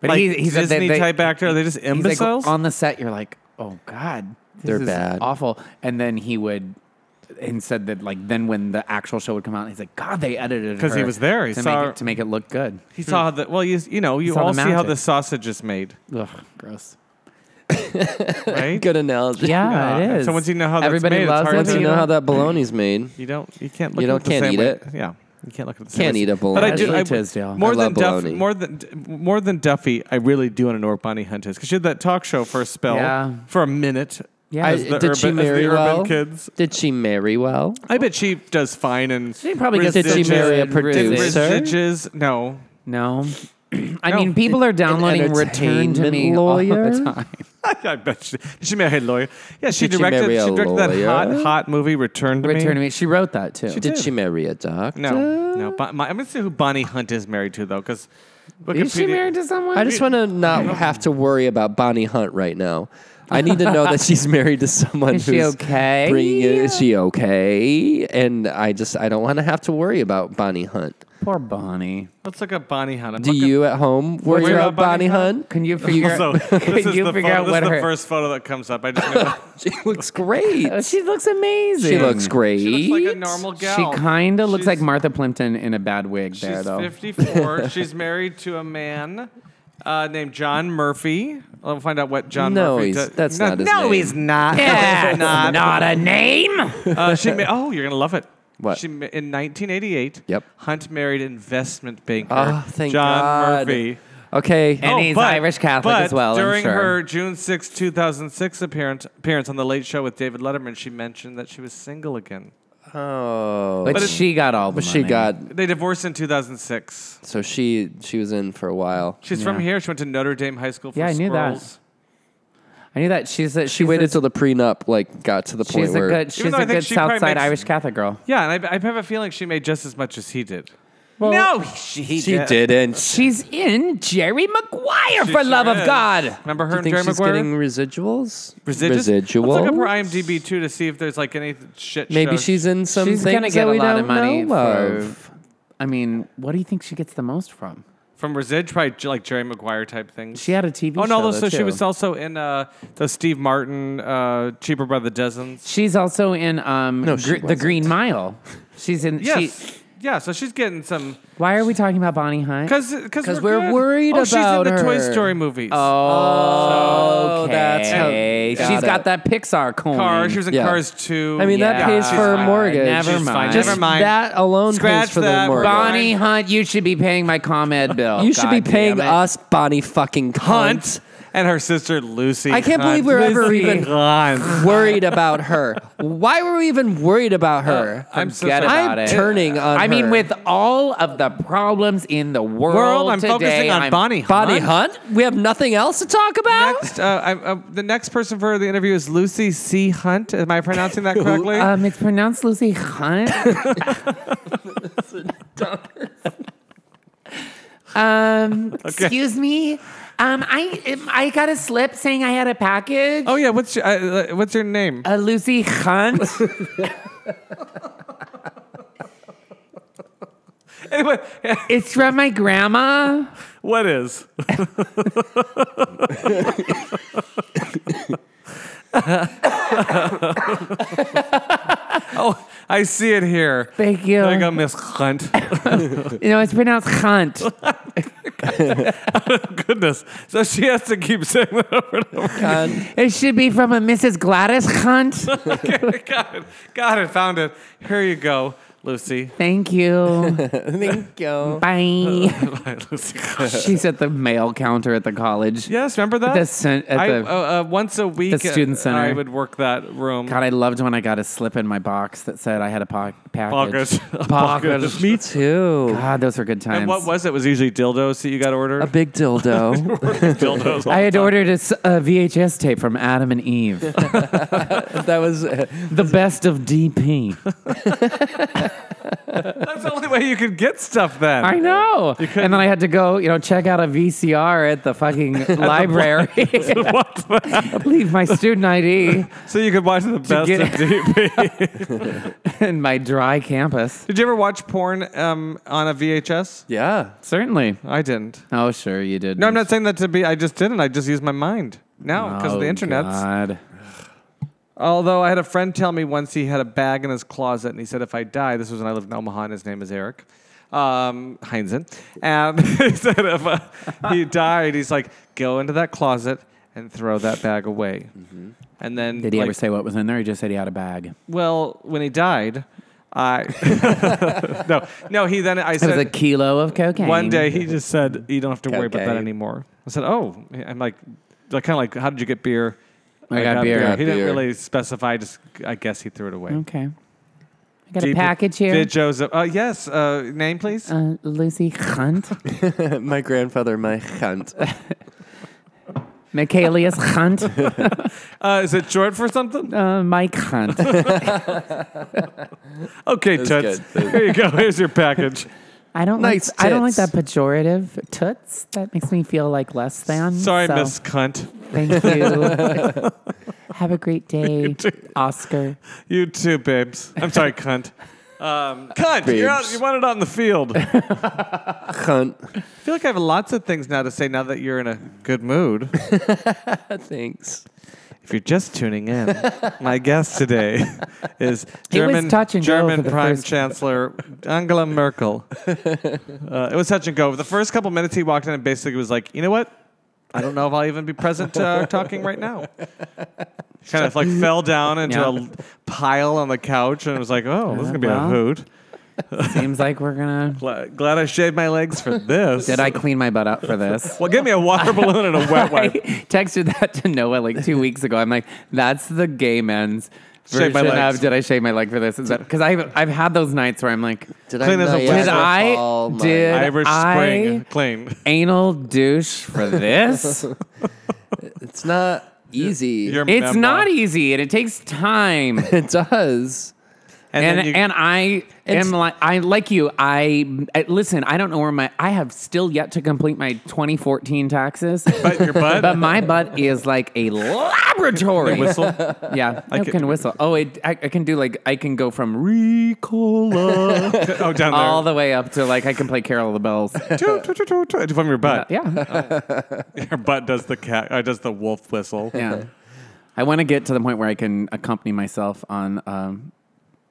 Speaker 2: But
Speaker 3: like
Speaker 2: he- he said that
Speaker 3: Disney
Speaker 2: they-
Speaker 3: type actor? Are they just
Speaker 2: he's like,
Speaker 3: imbeciles?
Speaker 2: on the set, you're like, oh god, this
Speaker 1: They're
Speaker 2: is
Speaker 1: bad.
Speaker 2: awful. And then he would and said that like then when the actual show would come out, he's like, God, they edited
Speaker 3: 'Cause he
Speaker 2: her
Speaker 3: was there. He
Speaker 2: to
Speaker 3: saw
Speaker 2: make
Speaker 3: her-
Speaker 2: it, to make it look good.
Speaker 3: He saw how the well, you you know, you
Speaker 2: saw the
Speaker 3: all see how
Speaker 2: mountain.
Speaker 3: the sausage is made,
Speaker 2: Ugh, gross.
Speaker 3: right?
Speaker 1: Good analogy.
Speaker 2: Yeah, it
Speaker 3: Yeah.
Speaker 2: is.
Speaker 3: So once you know how that's
Speaker 2: everybody
Speaker 3: made, it's
Speaker 2: loves
Speaker 3: hard
Speaker 1: Once
Speaker 3: to-
Speaker 1: you know how that bologna's made,
Speaker 3: You don't. You can't look.
Speaker 1: You
Speaker 3: at
Speaker 1: don't-
Speaker 3: it the
Speaker 1: can't
Speaker 3: same
Speaker 1: eat
Speaker 3: way.
Speaker 1: it.
Speaker 3: Yeah, you can't look at it. The
Speaker 1: Can't
Speaker 3: same
Speaker 1: eat
Speaker 3: way.
Speaker 1: a bologna.
Speaker 3: But I do.
Speaker 2: Ashley
Speaker 3: I,
Speaker 2: Tisdale.
Speaker 1: I
Speaker 3: More than
Speaker 1: love
Speaker 3: Duffy.
Speaker 1: bologna.
Speaker 3: More than more than Duffy. I really do want to know where Bonnie Hunt is because she had that talk show for a spell.
Speaker 2: Yeah.
Speaker 3: For a minute.
Speaker 2: Yeah.
Speaker 3: As
Speaker 2: I-
Speaker 3: the
Speaker 1: did
Speaker 3: urban,
Speaker 1: she marry
Speaker 3: as the
Speaker 1: well?
Speaker 3: urban kids.
Speaker 1: Did she marry well?
Speaker 3: I bet she does fine and
Speaker 2: She probably gets
Speaker 1: Did she
Speaker 2: ditches-
Speaker 1: marry a
Speaker 2: ditches-
Speaker 1: producer? Sir?
Speaker 3: residues. No.
Speaker 2: No. I
Speaker 3: No.
Speaker 2: mean, people are downloading return to
Speaker 1: entertainment
Speaker 2: me all
Speaker 1: lawyer?
Speaker 2: the time.
Speaker 3: I bet she. Did she marry a lawyer? Yeah, she
Speaker 1: Did she
Speaker 3: directed.
Speaker 1: marry
Speaker 3: She,
Speaker 1: a
Speaker 3: directed that
Speaker 1: lawyer?
Speaker 3: hot, hot movie, Return to Me.
Speaker 2: Return to me. She wrote that too.
Speaker 3: She
Speaker 1: Did
Speaker 3: did.
Speaker 1: she marry a doctor?
Speaker 3: No, no. Bon- my, I'm gonna see who Bonnie Hunt is married to though, because
Speaker 2: Is she married to someone?
Speaker 1: I just want to not have to worry about Bonnie Hunt right now. I need to know that she's married to someone
Speaker 2: Is
Speaker 1: who's
Speaker 2: she okay?
Speaker 1: Bringing, is she okay? And I just I don't want to have to worry about Bonnie Hunt.
Speaker 2: Poor Bonnie.
Speaker 3: Let's look up Bonnie Hunt. I'm
Speaker 1: Do
Speaker 3: looking-
Speaker 1: you at home worry
Speaker 3: Worry
Speaker 1: about Bonnie Hunt?
Speaker 2: Can you figure
Speaker 3: So
Speaker 2: out?
Speaker 3: this
Speaker 2: Can
Speaker 3: is
Speaker 2: you
Speaker 3: the, photo-
Speaker 2: figure out
Speaker 3: this
Speaker 2: what
Speaker 3: is the
Speaker 2: her?
Speaker 3: first photo that comes up. I just know
Speaker 1: She looks great.
Speaker 2: Oh, she looks amazing.
Speaker 1: She looks great.
Speaker 3: she looks like a normal gal.
Speaker 2: She kind of looks
Speaker 3: She's-
Speaker 2: like Martha Plimpton in a bad wig
Speaker 3: She's
Speaker 2: there, though.
Speaker 3: 54. she's married to a man uh, named John Murphy. I'll find out what John
Speaker 1: No,
Speaker 3: Murphy
Speaker 1: he's-
Speaker 3: does.
Speaker 1: that's
Speaker 3: no,
Speaker 1: not his
Speaker 3: No,
Speaker 1: name.
Speaker 3: he's not.
Speaker 2: Yeah,
Speaker 3: He's not.
Speaker 2: not a name.
Speaker 3: Uh, she ma- oh, you're gonna love it.
Speaker 1: What?
Speaker 3: She, ma- in 1988,
Speaker 1: Yep.
Speaker 3: Hunt married investment banker
Speaker 1: Oh, thank
Speaker 3: John
Speaker 1: God.
Speaker 3: Murphy.
Speaker 1: Okay.
Speaker 2: Ah,
Speaker 3: Oh,
Speaker 1: Oh,
Speaker 2: And he's Irish Catholic
Speaker 3: but
Speaker 2: as well, I'm
Speaker 3: During
Speaker 2: sure.
Speaker 3: her June 6, 2006 appearance, appearance on The Late Show with David Letterman, she mentioned that she was single again.
Speaker 1: Oh.
Speaker 2: But,
Speaker 3: But it-
Speaker 2: she got all the
Speaker 1: But she
Speaker 2: money.
Speaker 1: got
Speaker 3: They divorced in 2006.
Speaker 1: so she she was in for a while.
Speaker 3: She's from here. She went to Notre Dame High School for
Speaker 2: Yeah, I knew that.
Speaker 3: squirrels.
Speaker 2: I knew that. She's a,
Speaker 1: She waited till the prenup like got to the point
Speaker 2: She's a
Speaker 1: where
Speaker 2: good. She's
Speaker 3: though I
Speaker 2: a
Speaker 3: think
Speaker 2: good
Speaker 3: she probably
Speaker 2: South Side
Speaker 3: makes-
Speaker 2: Irish Catholic girl.
Speaker 3: Yeah, and I, I have a feeling she made just as much as he did.
Speaker 2: Well,
Speaker 3: no, she, he
Speaker 1: she
Speaker 3: did.
Speaker 1: didn't.
Speaker 2: She's in Jerry Maguire
Speaker 3: She
Speaker 2: for
Speaker 3: sure
Speaker 2: love
Speaker 3: is.
Speaker 2: of God.
Speaker 3: Remember
Speaker 1: Do
Speaker 3: her
Speaker 1: you
Speaker 3: and
Speaker 1: think
Speaker 3: Jerry
Speaker 1: she's
Speaker 3: Maguire?
Speaker 1: getting residuals?
Speaker 3: Residuals?
Speaker 1: Residuals?
Speaker 3: Let's look up her IMDb too to see if there's like any shit.
Speaker 1: Maybe
Speaker 3: shows.
Speaker 1: she's in some
Speaker 2: She's
Speaker 1: things
Speaker 2: gonna get
Speaker 1: that
Speaker 2: a
Speaker 1: we
Speaker 2: lot
Speaker 1: don't
Speaker 2: of money
Speaker 1: know of.
Speaker 2: for. I mean, what do you think she gets the most from?
Speaker 3: from Resid, probably j- like Jerry Maguire type things.
Speaker 2: She had a TV.
Speaker 3: oh
Speaker 2: show,
Speaker 3: no,
Speaker 2: though,
Speaker 3: so she
Speaker 2: too.
Speaker 3: was also in uh, the Steve Martin uh, Cheaper by the Dozen.
Speaker 2: She's also in um,
Speaker 1: No, she
Speaker 2: Gre- the
Speaker 1: wasn't.
Speaker 2: Green Mile. She's in.
Speaker 3: Yes,
Speaker 2: She,
Speaker 3: yeah. So she's getting some
Speaker 2: why are we talking about Bonnie Hunt?
Speaker 3: because
Speaker 1: 'Cause we're worried
Speaker 3: oh, she's in
Speaker 1: about
Speaker 3: the Toy
Speaker 1: her.
Speaker 3: Story movies.
Speaker 2: Oh,
Speaker 1: So- that's how-
Speaker 2: okay.
Speaker 1: got
Speaker 2: She's
Speaker 1: it.
Speaker 2: got that Pixar coin.
Speaker 3: Cars. She was in
Speaker 1: mm, Yeah.
Speaker 3: Cars two.
Speaker 1: I mean, that
Speaker 2: Yeah,
Speaker 1: pays
Speaker 2: she's
Speaker 1: for a
Speaker 2: fine.
Speaker 1: mortgage.
Speaker 2: Never
Speaker 3: She's
Speaker 2: mind.
Speaker 3: fine.
Speaker 1: Just
Speaker 3: Never mind.
Speaker 1: that alone
Speaker 3: Scratch
Speaker 1: pays for
Speaker 3: that.
Speaker 1: the mortgage.
Speaker 2: Bonnie Hunt, you should be paying my ComEd bill.
Speaker 1: you should be
Speaker 2: God
Speaker 1: paying
Speaker 2: damn it.
Speaker 1: us, Bonnie fucking cunt.
Speaker 3: Hunt and her sister Lucy.
Speaker 1: I can't
Speaker 3: Hunt.
Speaker 1: believe we're ever
Speaker 3: Lucy
Speaker 1: even-
Speaker 3: Hunt.
Speaker 1: Worried about her. Why were we even worried about her?
Speaker 3: I'm so
Speaker 2: Forget
Speaker 3: sorry.
Speaker 2: about
Speaker 1: Uh, I'm
Speaker 2: it.
Speaker 1: turning on.
Speaker 2: I mean,
Speaker 1: her.
Speaker 2: with all of the problems in the world,
Speaker 3: World, I'm
Speaker 2: today,
Speaker 3: focusing on
Speaker 2: I'm-
Speaker 3: Bonnie Hunt.
Speaker 1: Bonnie Hunt, we have nothing else to talk about.
Speaker 3: Next, uh, I, uh, the next person for the interview is Lucy C. Hunt. Am I pronouncing that correctly?
Speaker 2: Um, it's pronounced Lucy Hunt. um, excuse me. Um, I I got a slip saying I had a package.
Speaker 3: oh yeah, what's your, uh, uh, what's your name?
Speaker 2: Uh, Lucy Hunt.
Speaker 3: Anyway,
Speaker 2: it's from my grandma.
Speaker 3: what is? oh, I see it here.
Speaker 2: Thank you.
Speaker 3: There you go, Miss Hunt.
Speaker 2: You know, it's pronounced Hunt.
Speaker 3: Goodness. So she has to keep saying that over and over.
Speaker 2: it should be from a Mrs. Gladys Hunt.
Speaker 3: Okay, got it. Got it. Found it. Here you go, Lucy.
Speaker 2: Thank you.
Speaker 1: Thank you.
Speaker 2: Bye.
Speaker 3: Bye, Lucy.
Speaker 2: She's at the mail counter at the college.
Speaker 3: Yes, remember that?
Speaker 2: The cen- at
Speaker 3: I,
Speaker 2: the-
Speaker 3: uh, uh, once a week,
Speaker 2: the student
Speaker 3: uh,
Speaker 2: center.
Speaker 3: I would work that room.
Speaker 2: God, I loved when I got a slip in my box that said I had a po- package.
Speaker 3: Pocket.
Speaker 2: Pocket.
Speaker 1: Me too.
Speaker 2: God, those were good times.
Speaker 3: and what was it? It Was usually dildos that you got ordered?
Speaker 1: A big dildo.
Speaker 3: dildos. all
Speaker 2: I had
Speaker 3: the time.
Speaker 2: ordered a, s- a VHS tape from Adam and Eve,
Speaker 1: that was uh,
Speaker 2: the best of DP.
Speaker 3: That's the only way you could get stuff then.
Speaker 2: I know. And then I had to go, you know, check out a VCR at the fucking library. Leave my student ID
Speaker 3: so you could watch the best
Speaker 2: get
Speaker 3: of DP.
Speaker 2: in my dry campus.
Speaker 3: Did you ever watch porn um, on a VHS?
Speaker 1: yeah.
Speaker 2: Certainly.
Speaker 3: I didn't.
Speaker 2: Oh, sure, you did.
Speaker 3: No, I'm
Speaker 2: Oh,
Speaker 3: not saying that to be. I just didn't. I just used my mind. Now, because of the internet.
Speaker 2: God.
Speaker 3: Although I had a friend tell me once he had a bag in his closet, and he said, "If I die, this was when I lived in Omaha, and his name is Eric um, Heinzen." And he said, "If uh, he died, he's like, go into that closet and throw that bag away." And then
Speaker 2: Mm-hmm. Did he
Speaker 3: like,
Speaker 2: ever say what was in there? He just said he had a bag.
Speaker 3: Well, when he died, I no, no. He then I
Speaker 2: It was
Speaker 3: said
Speaker 2: a kilo of cocaine.
Speaker 3: one day he just said, "You don't have to worry about that
Speaker 1: Cocaine.
Speaker 3: anymore." I said, "Oh," I'm like, like kind of like, "How did you get beer?"
Speaker 2: I got beer.
Speaker 1: Got
Speaker 3: He
Speaker 1: beer.
Speaker 3: didn't really specify. Just I guess he threw it away.
Speaker 2: Okay. I got
Speaker 3: Deep-
Speaker 2: a package here.
Speaker 3: Did Joseph? Uh, yes. Uh, name, please.
Speaker 2: uh, Lucy Hunt.
Speaker 1: my grandfather, my hunt.
Speaker 2: Michaelius Hunt.
Speaker 3: Uh, is it short for something?
Speaker 2: Uh, Mike Hunt.
Speaker 3: Okay,
Speaker 1: That's
Speaker 3: Toots.
Speaker 1: good.
Speaker 3: Here you go. Here's your package.
Speaker 2: I don't
Speaker 1: Nice
Speaker 2: like I don't like that
Speaker 1: tits.
Speaker 2: pejorative toots. That makes me feel like less than.
Speaker 3: Sorry,
Speaker 2: so
Speaker 3: Miss Cunt.
Speaker 2: Thank you. Have a great day, Oscar.
Speaker 3: You too, babes. I'm sorry, Cunt. Um, cunt, you're out,
Speaker 1: Babes.
Speaker 3: you want it on the field. I
Speaker 1: Hunt.
Speaker 3: feel like I have lots of things now to say now that you're in a good mood.
Speaker 1: Thanks.
Speaker 3: If you're just tuning in, my guest today is
Speaker 2: It was
Speaker 3: German,
Speaker 2: touch and go
Speaker 3: German
Speaker 2: for the
Speaker 3: Prime
Speaker 2: first-
Speaker 3: Chancellor Angela Merkel. Uh, it was touch and go. The first couple minutes he walked in and basically was like, you know what? I don't know if I'll even be present uh, talking right now. Kind of like fell down into
Speaker 2: Yeah.
Speaker 3: a l- pile on the couch and was like, oh, this is going to be
Speaker 2: well.
Speaker 3: a hoot.
Speaker 2: Seems like we're gonna.
Speaker 3: Glad, glad I shaved my legs for this.
Speaker 2: Did I clean my butt up for this?
Speaker 3: Well, give me a water balloon and a wet
Speaker 2: I
Speaker 3: wipe.
Speaker 2: texted that to Noah like two weeks ago. I'm like, that's the gay men's
Speaker 3: Shave
Speaker 2: version
Speaker 3: my legs.
Speaker 2: of did I shave my leg for this? Because I've I've had those nights where I'm like,
Speaker 1: Did
Speaker 3: Clean
Speaker 1: I?
Speaker 3: as a
Speaker 1: not
Speaker 3: whistle.
Speaker 1: yet
Speaker 3: Did
Speaker 2: I-
Speaker 1: recall my-
Speaker 2: did-
Speaker 3: Irish spring
Speaker 2: I-
Speaker 3: clean.
Speaker 2: anal douche for this.
Speaker 1: It's not easy.
Speaker 3: Your
Speaker 2: it's
Speaker 3: memo.
Speaker 2: not easy, and it takes time.
Speaker 1: it does.
Speaker 2: and
Speaker 3: then you-
Speaker 2: e- and I am like I like you. I, I listen. I don't know where my I have still yet to complete my 2014 taxes,
Speaker 3: but your butt.
Speaker 2: but my butt is like a laboratory.
Speaker 3: whistle.
Speaker 2: Yeah, I,
Speaker 3: can-
Speaker 2: can whistle. Oh, it, I, I can do like I can go from Ricola
Speaker 3: oh, down there.
Speaker 2: all the way up to like I can play Carol of the Bells.
Speaker 3: Toot, toot, toot, toot, toot, from your butt.
Speaker 2: Yeah,
Speaker 3: Your butt does the cat. Uh, does the wolf whistle?
Speaker 2: yeah. I want to get to the point where I can accompany myself on um,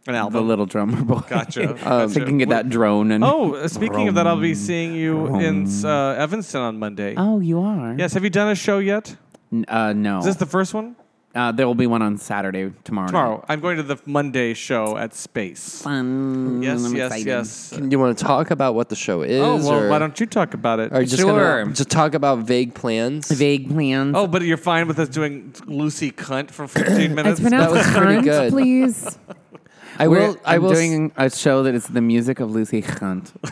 Speaker 3: An
Speaker 2: the little drummer boy.
Speaker 3: Gotcha.
Speaker 2: Um, so I can get that drone and
Speaker 3: Oh, uh, speaking of that, I'll be seeing you in uh, Evanston on Monday.
Speaker 2: Oh, you are.
Speaker 3: Yes. Have you done a show yet?
Speaker 2: N- Uh, no.
Speaker 3: Is this the first one?
Speaker 2: Uh, there will be one on Saturday tomorrow.
Speaker 3: Tomorrow. I'm going to the Monday show at Space.
Speaker 2: Fun.
Speaker 3: Yes,
Speaker 2: I'm
Speaker 3: yes,
Speaker 2: excited.
Speaker 3: yes.
Speaker 1: Do you want to talk about what the show is?
Speaker 3: Oh well,
Speaker 1: or,
Speaker 3: why don't you talk about it?
Speaker 1: Or just gonna-
Speaker 2: Sure.
Speaker 1: just talk about vague plans.
Speaker 2: Vague plans.
Speaker 3: oh, but you're fine with us doing Lucy cunt for 15 minutes.
Speaker 2: it's pronounced
Speaker 1: was pretty
Speaker 2: Hunt,
Speaker 1: good.
Speaker 2: please.
Speaker 1: I
Speaker 2: We're-
Speaker 1: will. I
Speaker 2: I'm
Speaker 1: will. s-
Speaker 2: doing a show that is the music of Lucy Hunt.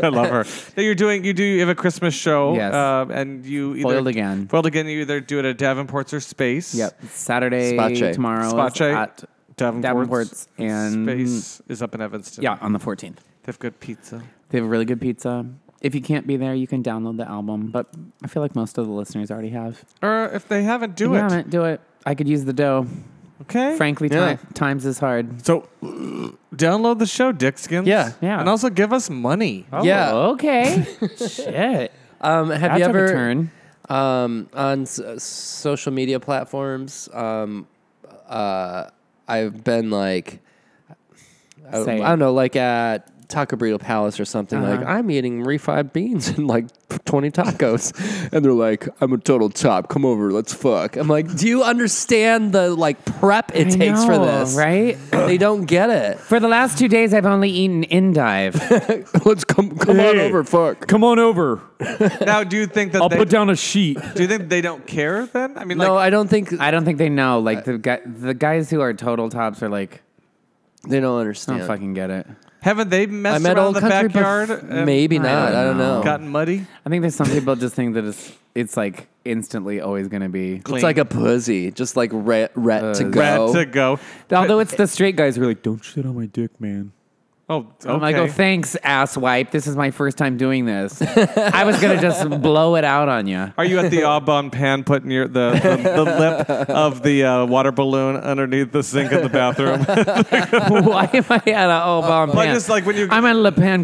Speaker 3: I love her. That you're doing, you do you have a Christmas show,
Speaker 2: Yes.
Speaker 3: uh, and you either,
Speaker 2: Foiled again.
Speaker 3: foiled again. You either do it at Davenport's or Space.
Speaker 2: Yep. Saturday
Speaker 1: Spache.
Speaker 2: tomorrow is
Speaker 3: Spache,
Speaker 2: at
Speaker 3: Davenport's,
Speaker 2: Davenport's and
Speaker 3: Space is up in Evanston.
Speaker 2: yeah on the 14th.
Speaker 3: they have good pizza.
Speaker 2: They have really good pizza. If you can't be there, you can download the album. But I feel like most of the listeners already have.
Speaker 3: Or if they haven't,
Speaker 2: If
Speaker 3: do
Speaker 2: you
Speaker 3: it.
Speaker 2: haven't, do it. I could use the dough.
Speaker 3: Okay.
Speaker 2: Frankly,
Speaker 1: Yeah.
Speaker 2: ti- times is hard.
Speaker 3: So download the show, Dickskins.
Speaker 1: Yeah.
Speaker 2: Yeah.
Speaker 3: And also give us money.
Speaker 1: Yeah.
Speaker 2: Oh, okay. Shit.
Speaker 1: Um, have
Speaker 2: That
Speaker 1: you
Speaker 2: took a
Speaker 1: ever
Speaker 2: turn.
Speaker 1: um, on s- social media platforms? Um, uh, I've been like, I, I
Speaker 2: Say it.
Speaker 1: don't know, like at Taco Burrito Palace or something. Like
Speaker 2: Uh-huh.
Speaker 1: I'm eating refried beans and like 20 tacos, and they're like, "I'm a total top. Come over, let's fuck." I'm like, "Do you understand the like prep it
Speaker 2: I
Speaker 1: takes for
Speaker 2: know,
Speaker 1: this?
Speaker 2: right?
Speaker 1: They don't get it.
Speaker 2: For the last two days, I've only eaten endive.
Speaker 1: let's come come on
Speaker 4: Hey.
Speaker 1: over, fuck."
Speaker 4: Come on over.
Speaker 3: Now, do you think that
Speaker 4: I'll
Speaker 3: they,
Speaker 4: put down a sheet.
Speaker 3: do you think they don't care then? I mean,
Speaker 1: no,
Speaker 3: like,
Speaker 1: I don't think
Speaker 2: I don't think they know. Like
Speaker 1: Uh,
Speaker 2: the guy, the guys who are total tops are like,
Speaker 1: they don't
Speaker 2: I
Speaker 1: understand.
Speaker 2: don't fucking get it.
Speaker 3: haven't they
Speaker 1: I
Speaker 3: messed
Speaker 1: met
Speaker 3: Oh, around
Speaker 1: old
Speaker 3: in the
Speaker 1: country
Speaker 3: backyard?
Speaker 1: bef-
Speaker 3: and
Speaker 1: Maybe
Speaker 2: I
Speaker 1: not.
Speaker 2: don't
Speaker 1: I don't
Speaker 2: know.
Speaker 1: know.
Speaker 3: Gotten muddy?
Speaker 2: I think there's some people just think that it's it's like instantly always going to be.
Speaker 1: It's like a pussy, just like ret, ret to go.
Speaker 3: Uh, Rat to go.
Speaker 2: Although it's the straight guys who are like, don't.
Speaker 4: Don't shit on my dick, man.
Speaker 3: Oh, okay.
Speaker 2: I'm like, oh, thanks, asswipe. This is my first time doing this. I was gonna just blow it out on you.
Speaker 3: Are you at the Aubon pan putting your the, the, the lip of the uh, water balloon underneath the sink in the bathroom?
Speaker 2: Why am I at a oh bomb
Speaker 3: Well,
Speaker 2: pan?
Speaker 3: just like when you-
Speaker 2: I'm at Le Pan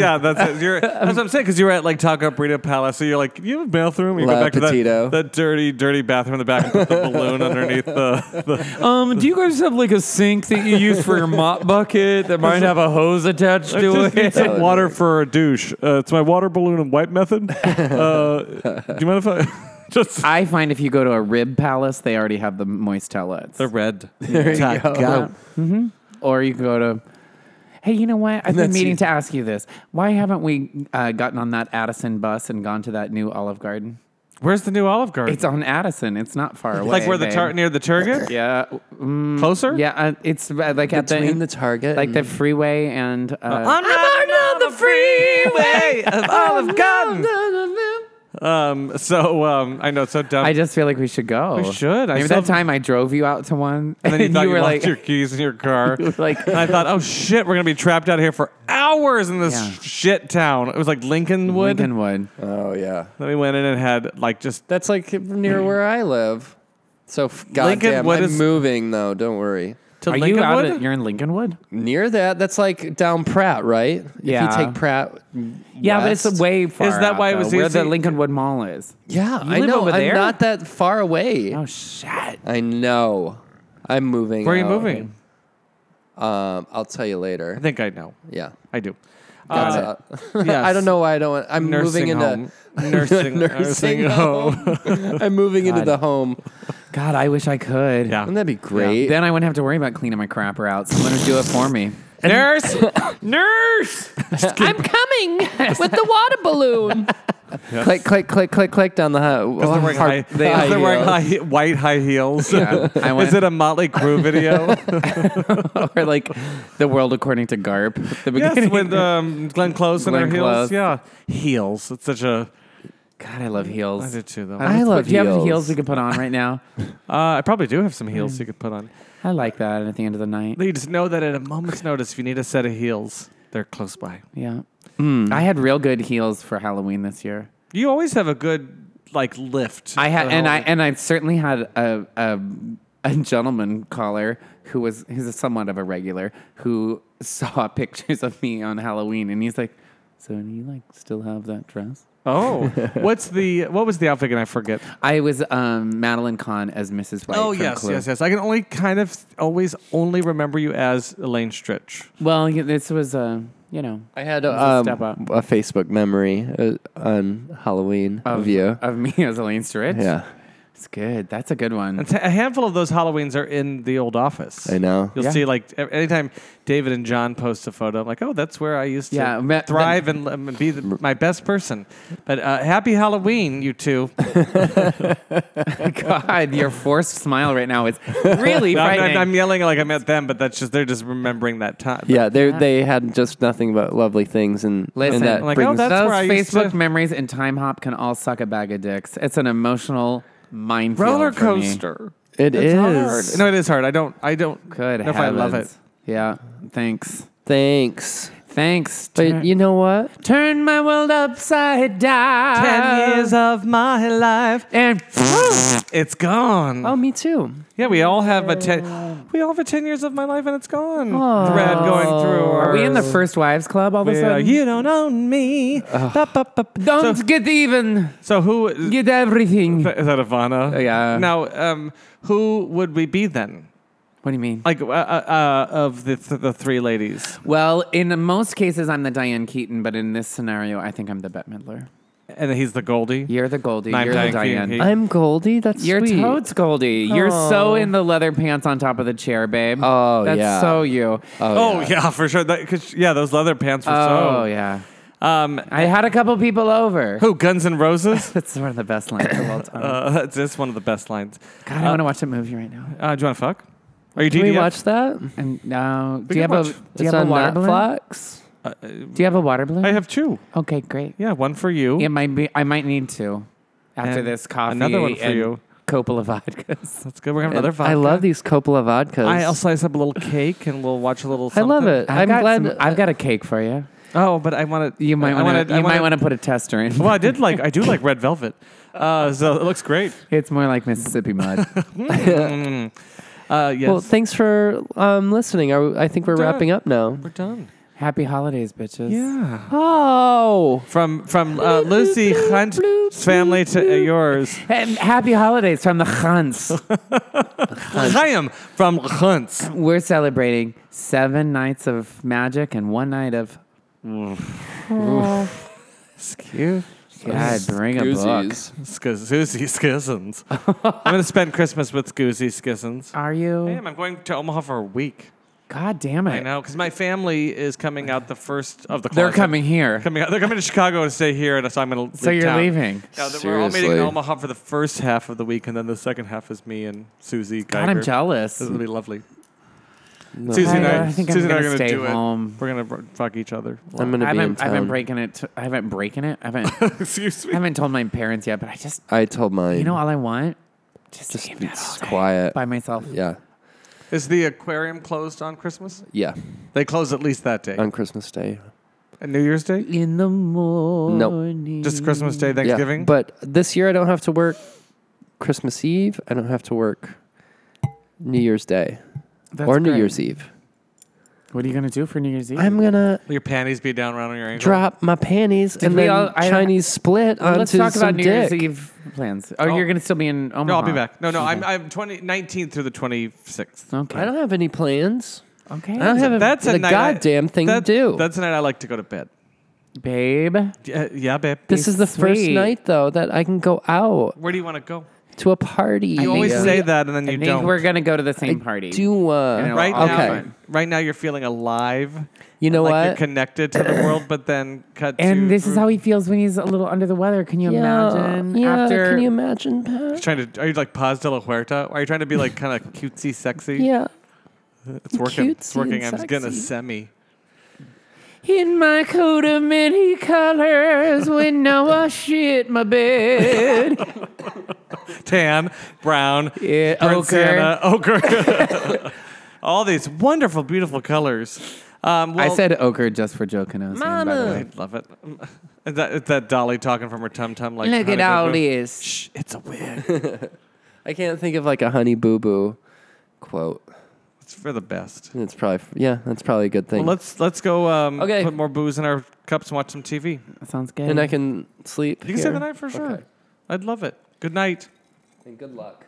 Speaker 3: yeah, that's it. You're, that's what I'm saying because you were at like Taco Burrito Palace, so you're like, "Do you have a bathroom. You
Speaker 1: La
Speaker 3: go back
Speaker 1: Petito.
Speaker 3: to that, that dirty, dirty bathroom in the back and put the balloon underneath the. the
Speaker 2: Um, do you guys have like a sink that you use for your mop bucket that might have a hose attached
Speaker 3: I
Speaker 2: to
Speaker 3: just need
Speaker 2: it?
Speaker 3: some water for a douche. Uh, it's my water balloon and wipe method. Uh, do you mind if I just?
Speaker 2: I find if you go to a rib palace, they already have the moist towelettes.
Speaker 3: red.
Speaker 1: There you go.
Speaker 2: or you can go to. Hey, you know what? I've been
Speaker 1: That's
Speaker 2: meaning
Speaker 1: you.
Speaker 2: to ask you this. Why haven't we uh, gotten on that Addison bus and gone to that new Olive Garden?
Speaker 3: Where's the new Olive Garden?
Speaker 2: It's on Addison. It's not far away.
Speaker 3: like where the
Speaker 2: babe.
Speaker 3: tar- near the Target.
Speaker 2: Yeah,
Speaker 3: Closer.
Speaker 2: yeah. Uh, it's uh, like at the,
Speaker 1: Between the Target
Speaker 2: like
Speaker 1: and-
Speaker 2: the freeway and. Uh,
Speaker 3: on the freeway of Olive Garden. Um, so um, I know it's so dumb.
Speaker 2: I just feel like we should go.
Speaker 3: We should. I
Speaker 2: Maybe
Speaker 3: still-
Speaker 2: that time I drove you out to one,
Speaker 3: and then you thought you,
Speaker 2: were
Speaker 3: lost
Speaker 2: like,
Speaker 3: your keys in your car.
Speaker 2: you were like,
Speaker 3: and I thought, oh shit, we're gonna be trapped out here for hours in this
Speaker 2: Yeah.
Speaker 3: shit town. It was like Lincolnwood.
Speaker 2: Lincolnwood.
Speaker 1: Oh yeah,
Speaker 3: Then we went in and had like just
Speaker 1: that's like near where I live. So f- goddamn,
Speaker 3: Mm. what
Speaker 1: I'm
Speaker 3: is-
Speaker 1: moving though. Don't worry.
Speaker 3: to
Speaker 2: Are
Speaker 3: Lincolnwood.
Speaker 2: you out? Of, you're in Lincolnwood.
Speaker 1: Near that, that's like down Pratt, right?
Speaker 2: Yeah.
Speaker 1: If you take Pratt.
Speaker 2: Yeah, but it's
Speaker 1: west-
Speaker 2: way far.
Speaker 3: Is that
Speaker 2: out,
Speaker 3: why it
Speaker 2: though,
Speaker 3: was
Speaker 2: where the
Speaker 3: easy?
Speaker 2: Lincolnwood Mall is?
Speaker 1: Yeah, I
Speaker 2: live
Speaker 1: know.
Speaker 2: over there?
Speaker 1: I'm not that far away.
Speaker 2: Oh shit!
Speaker 1: I know. I'm moving.
Speaker 3: Where are you
Speaker 1: out.
Speaker 3: moving?
Speaker 1: Um, I'll tell you later.
Speaker 3: I think I know.
Speaker 1: Yeah.
Speaker 3: I do.
Speaker 1: That's
Speaker 3: Uh,
Speaker 1: out.
Speaker 3: yes.
Speaker 1: I don't know why I don't. Want, I'm
Speaker 3: Nursing
Speaker 1: moving into
Speaker 3: home. Nursing, nursing home.
Speaker 1: I'm moving into the home.
Speaker 2: God, I wish I could.
Speaker 3: Yeah.
Speaker 1: Wouldn't that be great?
Speaker 2: Then I wouldn't have to worry about cleaning my crapper out. Someone would do it for me.
Speaker 3: Nurse, nurse.
Speaker 1: I'm coming with the water balloon. Click, click, click, click, click down the high.
Speaker 3: Because they're wearing, high,
Speaker 1: they-
Speaker 3: because they're wearing
Speaker 1: high
Speaker 3: high, white high heels.
Speaker 2: Yeah, I went-
Speaker 3: Is it a Motley Crue video?
Speaker 2: or like the world according to Garp. at The
Speaker 3: yes,
Speaker 2: beginning.
Speaker 3: with um, Glenn Close and her
Speaker 2: Glenn
Speaker 3: heels.
Speaker 2: Close.
Speaker 3: Yeah, heels. It's such a.
Speaker 2: God, I love
Speaker 3: I
Speaker 2: heels.
Speaker 3: do too, though.
Speaker 2: Uh,
Speaker 3: Uh,
Speaker 1: I
Speaker 2: let's
Speaker 1: love
Speaker 2: put- Do you have any
Speaker 1: heels.
Speaker 2: heels we could put on right now?
Speaker 3: I probably do have some heels you could put on.
Speaker 2: I like that at the end of the night.
Speaker 3: You just know that at a moment's notice, if you need a set of heels, they're close by.
Speaker 2: Yeah. I had real good heels for Halloween this year.
Speaker 3: You always have a good like lift.
Speaker 2: I had,
Speaker 3: at
Speaker 2: and I
Speaker 3: home.
Speaker 2: and I certainly had a a, a gentleman caller who was who's a somewhat of a regular who saw pictures of me on Halloween, and he's like, "So do you like still have that dress?"
Speaker 3: Oh, what's the what was the outfit? again? I forget.
Speaker 2: I was um, Madeline Kahn as Mrs. White.
Speaker 3: Oh
Speaker 2: from
Speaker 3: yes,
Speaker 2: Clue.
Speaker 3: yes, yes. I can only kind of always only remember you as Elaine Stritch.
Speaker 2: Well, yeah, this was uh, you know
Speaker 1: I had
Speaker 2: a
Speaker 1: um,
Speaker 2: step up.
Speaker 1: a Facebook memory uh, on Halloween of, you.
Speaker 2: of me as Elaine Stritch.
Speaker 1: yeah,
Speaker 2: it's good. That's a good one.
Speaker 3: And t- a handful of those Halloweens are in the old office.
Speaker 1: I know.
Speaker 3: You'll
Speaker 2: Yeah.
Speaker 3: see, like, ev- anytime David and John post a photo, I'm like, oh, that's where I used to
Speaker 2: Yeah, ma-
Speaker 3: thrive and li- and be the, my best person. But uh, happy Halloween, you two.
Speaker 2: God, your forced smile right now is really
Speaker 3: No, I'm,
Speaker 2: frightening.
Speaker 3: I'm, I'm yelling like I'm at them, but that's just, they're just remembering that time.
Speaker 1: Yeah, they they had just nothing but lovely things, and
Speaker 2: Listen,
Speaker 1: and that
Speaker 3: like, oh,
Speaker 1: brings
Speaker 3: that's-
Speaker 2: Those
Speaker 3: where I used
Speaker 2: Facebook
Speaker 3: to-
Speaker 2: memories and time hop can all suck a bag of dicks. It's an emotional minefield.
Speaker 3: Roller
Speaker 2: for me.
Speaker 3: coaster.
Speaker 1: it
Speaker 3: It's
Speaker 1: is.
Speaker 3: hard. No, it is hard. I don't, I don't
Speaker 2: Good.
Speaker 3: know if I love it.
Speaker 2: heavens. Yeah. Thanks.
Speaker 1: Thanks,
Speaker 2: Thanks.
Speaker 1: but
Speaker 2: Turn-
Speaker 1: you know what?
Speaker 2: turn my world upside down.
Speaker 3: Ten years of my life,
Speaker 2: And
Speaker 3: it's gone.
Speaker 1: Oh, me too.
Speaker 3: Yeah, we all have a ten. We all have a ten years of my life, and it's gone. Thread going through.
Speaker 2: Oh. are
Speaker 3: Our,
Speaker 2: we in the first wives club all of a
Speaker 3: Yeah,
Speaker 2: sudden?
Speaker 3: you don't own me. Ba, ba, ba.
Speaker 2: Don't
Speaker 3: So,
Speaker 2: get even.
Speaker 3: so who is
Speaker 2: Get everything. Oh,
Speaker 3: that? Ivana?
Speaker 2: Uh, Yeah.
Speaker 3: Now, um, who would we be then?
Speaker 2: What do you mean?
Speaker 3: Like uh, uh, uh, of the th- the three ladies,
Speaker 2: Well, in most cases, I'm the Diane Keaton, but in this scenario, I think I'm the Bette Midler.
Speaker 3: and he's the Goldie.
Speaker 2: You're the Goldie.
Speaker 3: I'm
Speaker 2: you're
Speaker 3: Diane
Speaker 2: the Diane.
Speaker 3: Keaton.
Speaker 1: I'm Goldie. That's
Speaker 2: You're
Speaker 1: sweet.
Speaker 2: totes, Goldie. You're so
Speaker 3: Oh.
Speaker 1: Aw.
Speaker 2: in the leather pants on top of the chair, babe.
Speaker 1: Oh,
Speaker 2: That's
Speaker 1: yeah.
Speaker 2: so you. Oh,
Speaker 3: Oh yeah. for sure. That, cause, yeah, those leather pants were so.
Speaker 2: yeah.
Speaker 3: Yeah. Um,
Speaker 2: I had a couple people over.
Speaker 3: who? Guns N' Roses.
Speaker 2: That's one of the best lines of all time.
Speaker 3: uh, it's just one of the best lines.
Speaker 2: God, I want to watch a movie right now.
Speaker 3: Uh, do you want to fuck? Are you
Speaker 1: Can we
Speaker 3: DDF?
Speaker 1: watch that?
Speaker 2: And now, do
Speaker 3: can
Speaker 2: you have a
Speaker 3: watch-
Speaker 2: do
Speaker 1: It's
Speaker 2: you have a
Speaker 1: on
Speaker 2: water balloon?
Speaker 1: Netflix.
Speaker 3: Uh, uh,
Speaker 2: Do you have a water balloon?
Speaker 3: I have two.
Speaker 2: okay, great.
Speaker 3: Yeah, one for you.
Speaker 2: It might be. I might need to after
Speaker 3: And
Speaker 2: this coffee.
Speaker 3: Another one for
Speaker 2: and
Speaker 3: you.
Speaker 2: Coppola vodkas.
Speaker 3: That's good. We're having another vodka.
Speaker 1: I love these Coppola vodkas.
Speaker 3: I, will slice up a little cake and we'll watch a little.
Speaker 1: I
Speaker 3: Something.
Speaker 1: love it.
Speaker 2: I've
Speaker 1: I'm
Speaker 2: got
Speaker 1: glad.
Speaker 2: some- I've got a cake for you.
Speaker 3: Oh, but I want to.
Speaker 2: You might
Speaker 3: I
Speaker 2: want
Speaker 3: wanna-
Speaker 2: to.
Speaker 3: I
Speaker 2: You might
Speaker 3: wanna-
Speaker 2: want to put a tester in.
Speaker 3: Well, I did like. I do like red velvet. Uh, so it looks great.
Speaker 2: It's more like Mississippi mud.
Speaker 3: Mm. Uh, yes.
Speaker 1: Well, thanks for um, listening. Are, we- I think we're
Speaker 3: done.
Speaker 1: wrapping up now.
Speaker 3: we're done.
Speaker 2: Happy holidays, bitches.
Speaker 3: Yeah.
Speaker 1: Oh,
Speaker 3: From from uh, Lucy Hunt's family to uh, yours.
Speaker 2: And happy holidays from the Hunts.
Speaker 3: Chaim from Hunt's.
Speaker 2: We're celebrating seven nights of magic and one night of. Excuse. God, bring a book.
Speaker 3: Scoozy Skissons. I'm going to spend Christmas with Scoozy Skissons.
Speaker 2: Are you?
Speaker 3: I am. I'm going to Omaha for a week.
Speaker 2: God damn it!
Speaker 3: I know, because my family is coming out the first of the.
Speaker 2: They're
Speaker 3: closet.
Speaker 2: coming here.
Speaker 3: Coming out. They're coming to Chicago to stay here, and so I'm going to.
Speaker 2: So you're leaving.
Speaker 3: Yeah, that we're all meeting in
Speaker 1: Seriously.
Speaker 3: Omaha for the first half of the week, and then the second half is me and Susie. Geiger.
Speaker 2: God, I'm jealous.
Speaker 3: This will be lovely.
Speaker 1: No.
Speaker 3: Susie and
Speaker 2: I
Speaker 3: I,
Speaker 2: think I'm
Speaker 3: Susie and I are
Speaker 2: gonna
Speaker 3: gonna
Speaker 2: stay
Speaker 3: do
Speaker 2: home.
Speaker 3: it. We're gonna br- fuck each other.
Speaker 1: I'm gonna
Speaker 2: I
Speaker 1: be in
Speaker 2: haven't, I haven't
Speaker 1: town.
Speaker 2: breaking it. I haven't breaking it. I haven't. I
Speaker 3: Excuse me.
Speaker 2: haven't told my parents yet. But I just,
Speaker 1: I told mine.
Speaker 2: you know, all I want, just,
Speaker 1: just
Speaker 2: to be
Speaker 1: be
Speaker 2: in bed all day
Speaker 1: quiet.
Speaker 2: by myself.
Speaker 1: Yeah,
Speaker 3: Is the aquarium closed on Christmas?
Speaker 1: yeah.
Speaker 3: They close at least that day.
Speaker 1: On Christmas Day.
Speaker 3: And New Year's Day?
Speaker 2: In the morning.
Speaker 3: Just Christmas Day, Thanksgiving?
Speaker 1: Yeah. But this year I don't have to work Christmas Eve. I don't have to work New Year's Day
Speaker 2: That's
Speaker 1: or New
Speaker 2: great.
Speaker 1: Year's Eve.
Speaker 2: What are you gonna do for New Year's Eve?
Speaker 1: I'm gonna
Speaker 3: Will your panties be down around your ankle?
Speaker 1: drop my panties and
Speaker 2: we
Speaker 1: then
Speaker 2: all- I-
Speaker 1: Chinese split onto
Speaker 2: Let's talk
Speaker 1: some
Speaker 2: about New
Speaker 1: dick.
Speaker 2: Year's Eve plans. Oh,
Speaker 3: Oh.
Speaker 2: you're gonna still be in Omaha.
Speaker 3: No, I'll be back. No, no, I'm, I'm 20, 19th through the 26th.
Speaker 2: Okay.
Speaker 1: I don't have any plans.
Speaker 2: okay.
Speaker 1: I don't have a,
Speaker 3: That's a
Speaker 1: the
Speaker 3: night I-
Speaker 1: goddamn thing
Speaker 3: that-
Speaker 1: to do.
Speaker 3: That's the night I like to go to bed.
Speaker 2: Babe,
Speaker 3: Yeah, yeah babe.
Speaker 1: this is the first
Speaker 2: sweet.
Speaker 1: night though that I can go out
Speaker 3: Where do you want to go?
Speaker 1: to a party.
Speaker 3: You always
Speaker 1: Yeah.
Speaker 3: say that and then
Speaker 2: I
Speaker 3: you
Speaker 2: think
Speaker 3: don't.
Speaker 2: we're gonna go to the same
Speaker 1: I
Speaker 2: party.
Speaker 1: do uh,
Speaker 2: You know,
Speaker 3: right
Speaker 2: I'll
Speaker 3: now,
Speaker 1: okay.
Speaker 2: fine.
Speaker 3: right now you're feeling alive.
Speaker 1: You know
Speaker 3: like
Speaker 1: what?
Speaker 3: You're connected to the world, but then cut. to,
Speaker 2: and this is how he feels when he's a little under the weather. Can you imagine?
Speaker 1: Yeah,
Speaker 2: after
Speaker 1: can you imagine, Pat?
Speaker 3: trying to. Are you like Paz de la Huerta? Are you trying to be like kind of cutesy, sexy?
Speaker 1: Yeah.
Speaker 3: it's working.
Speaker 1: cutesy
Speaker 3: It's working.
Speaker 1: and
Speaker 3: I'm just getting a
Speaker 1: sexy.
Speaker 3: semi.
Speaker 2: in my coat of many colors, when now I shit my bed.
Speaker 3: Tan, brown,
Speaker 2: Yeah,
Speaker 3: burnt
Speaker 2: ochre.
Speaker 3: sienna, ochre. All these wonderful, beautiful colors. Um, well,
Speaker 2: I said ochre just for Joe Canosian, by the
Speaker 1: Mama.
Speaker 2: way.
Speaker 3: I love it. Is that, is that Dolly talking from her tum tum? Like,
Speaker 2: Look at
Speaker 3: honey
Speaker 2: all
Speaker 3: boo-boo?
Speaker 2: this.
Speaker 3: Shh, it's a wig.
Speaker 1: I can't think of like a honey boo boo quote.
Speaker 3: it's for the best.
Speaker 1: It's probably yeah, that's probably a good
Speaker 3: Well,
Speaker 1: thing.
Speaker 3: let's let's go. Um,
Speaker 1: Okay.
Speaker 3: Put more booze in our cups and watch some TV.
Speaker 2: Sounds good.
Speaker 1: and I can sleep.
Speaker 3: You can
Speaker 1: here.
Speaker 3: stay the night for sure. I'd love it. Good night.
Speaker 1: And good luck.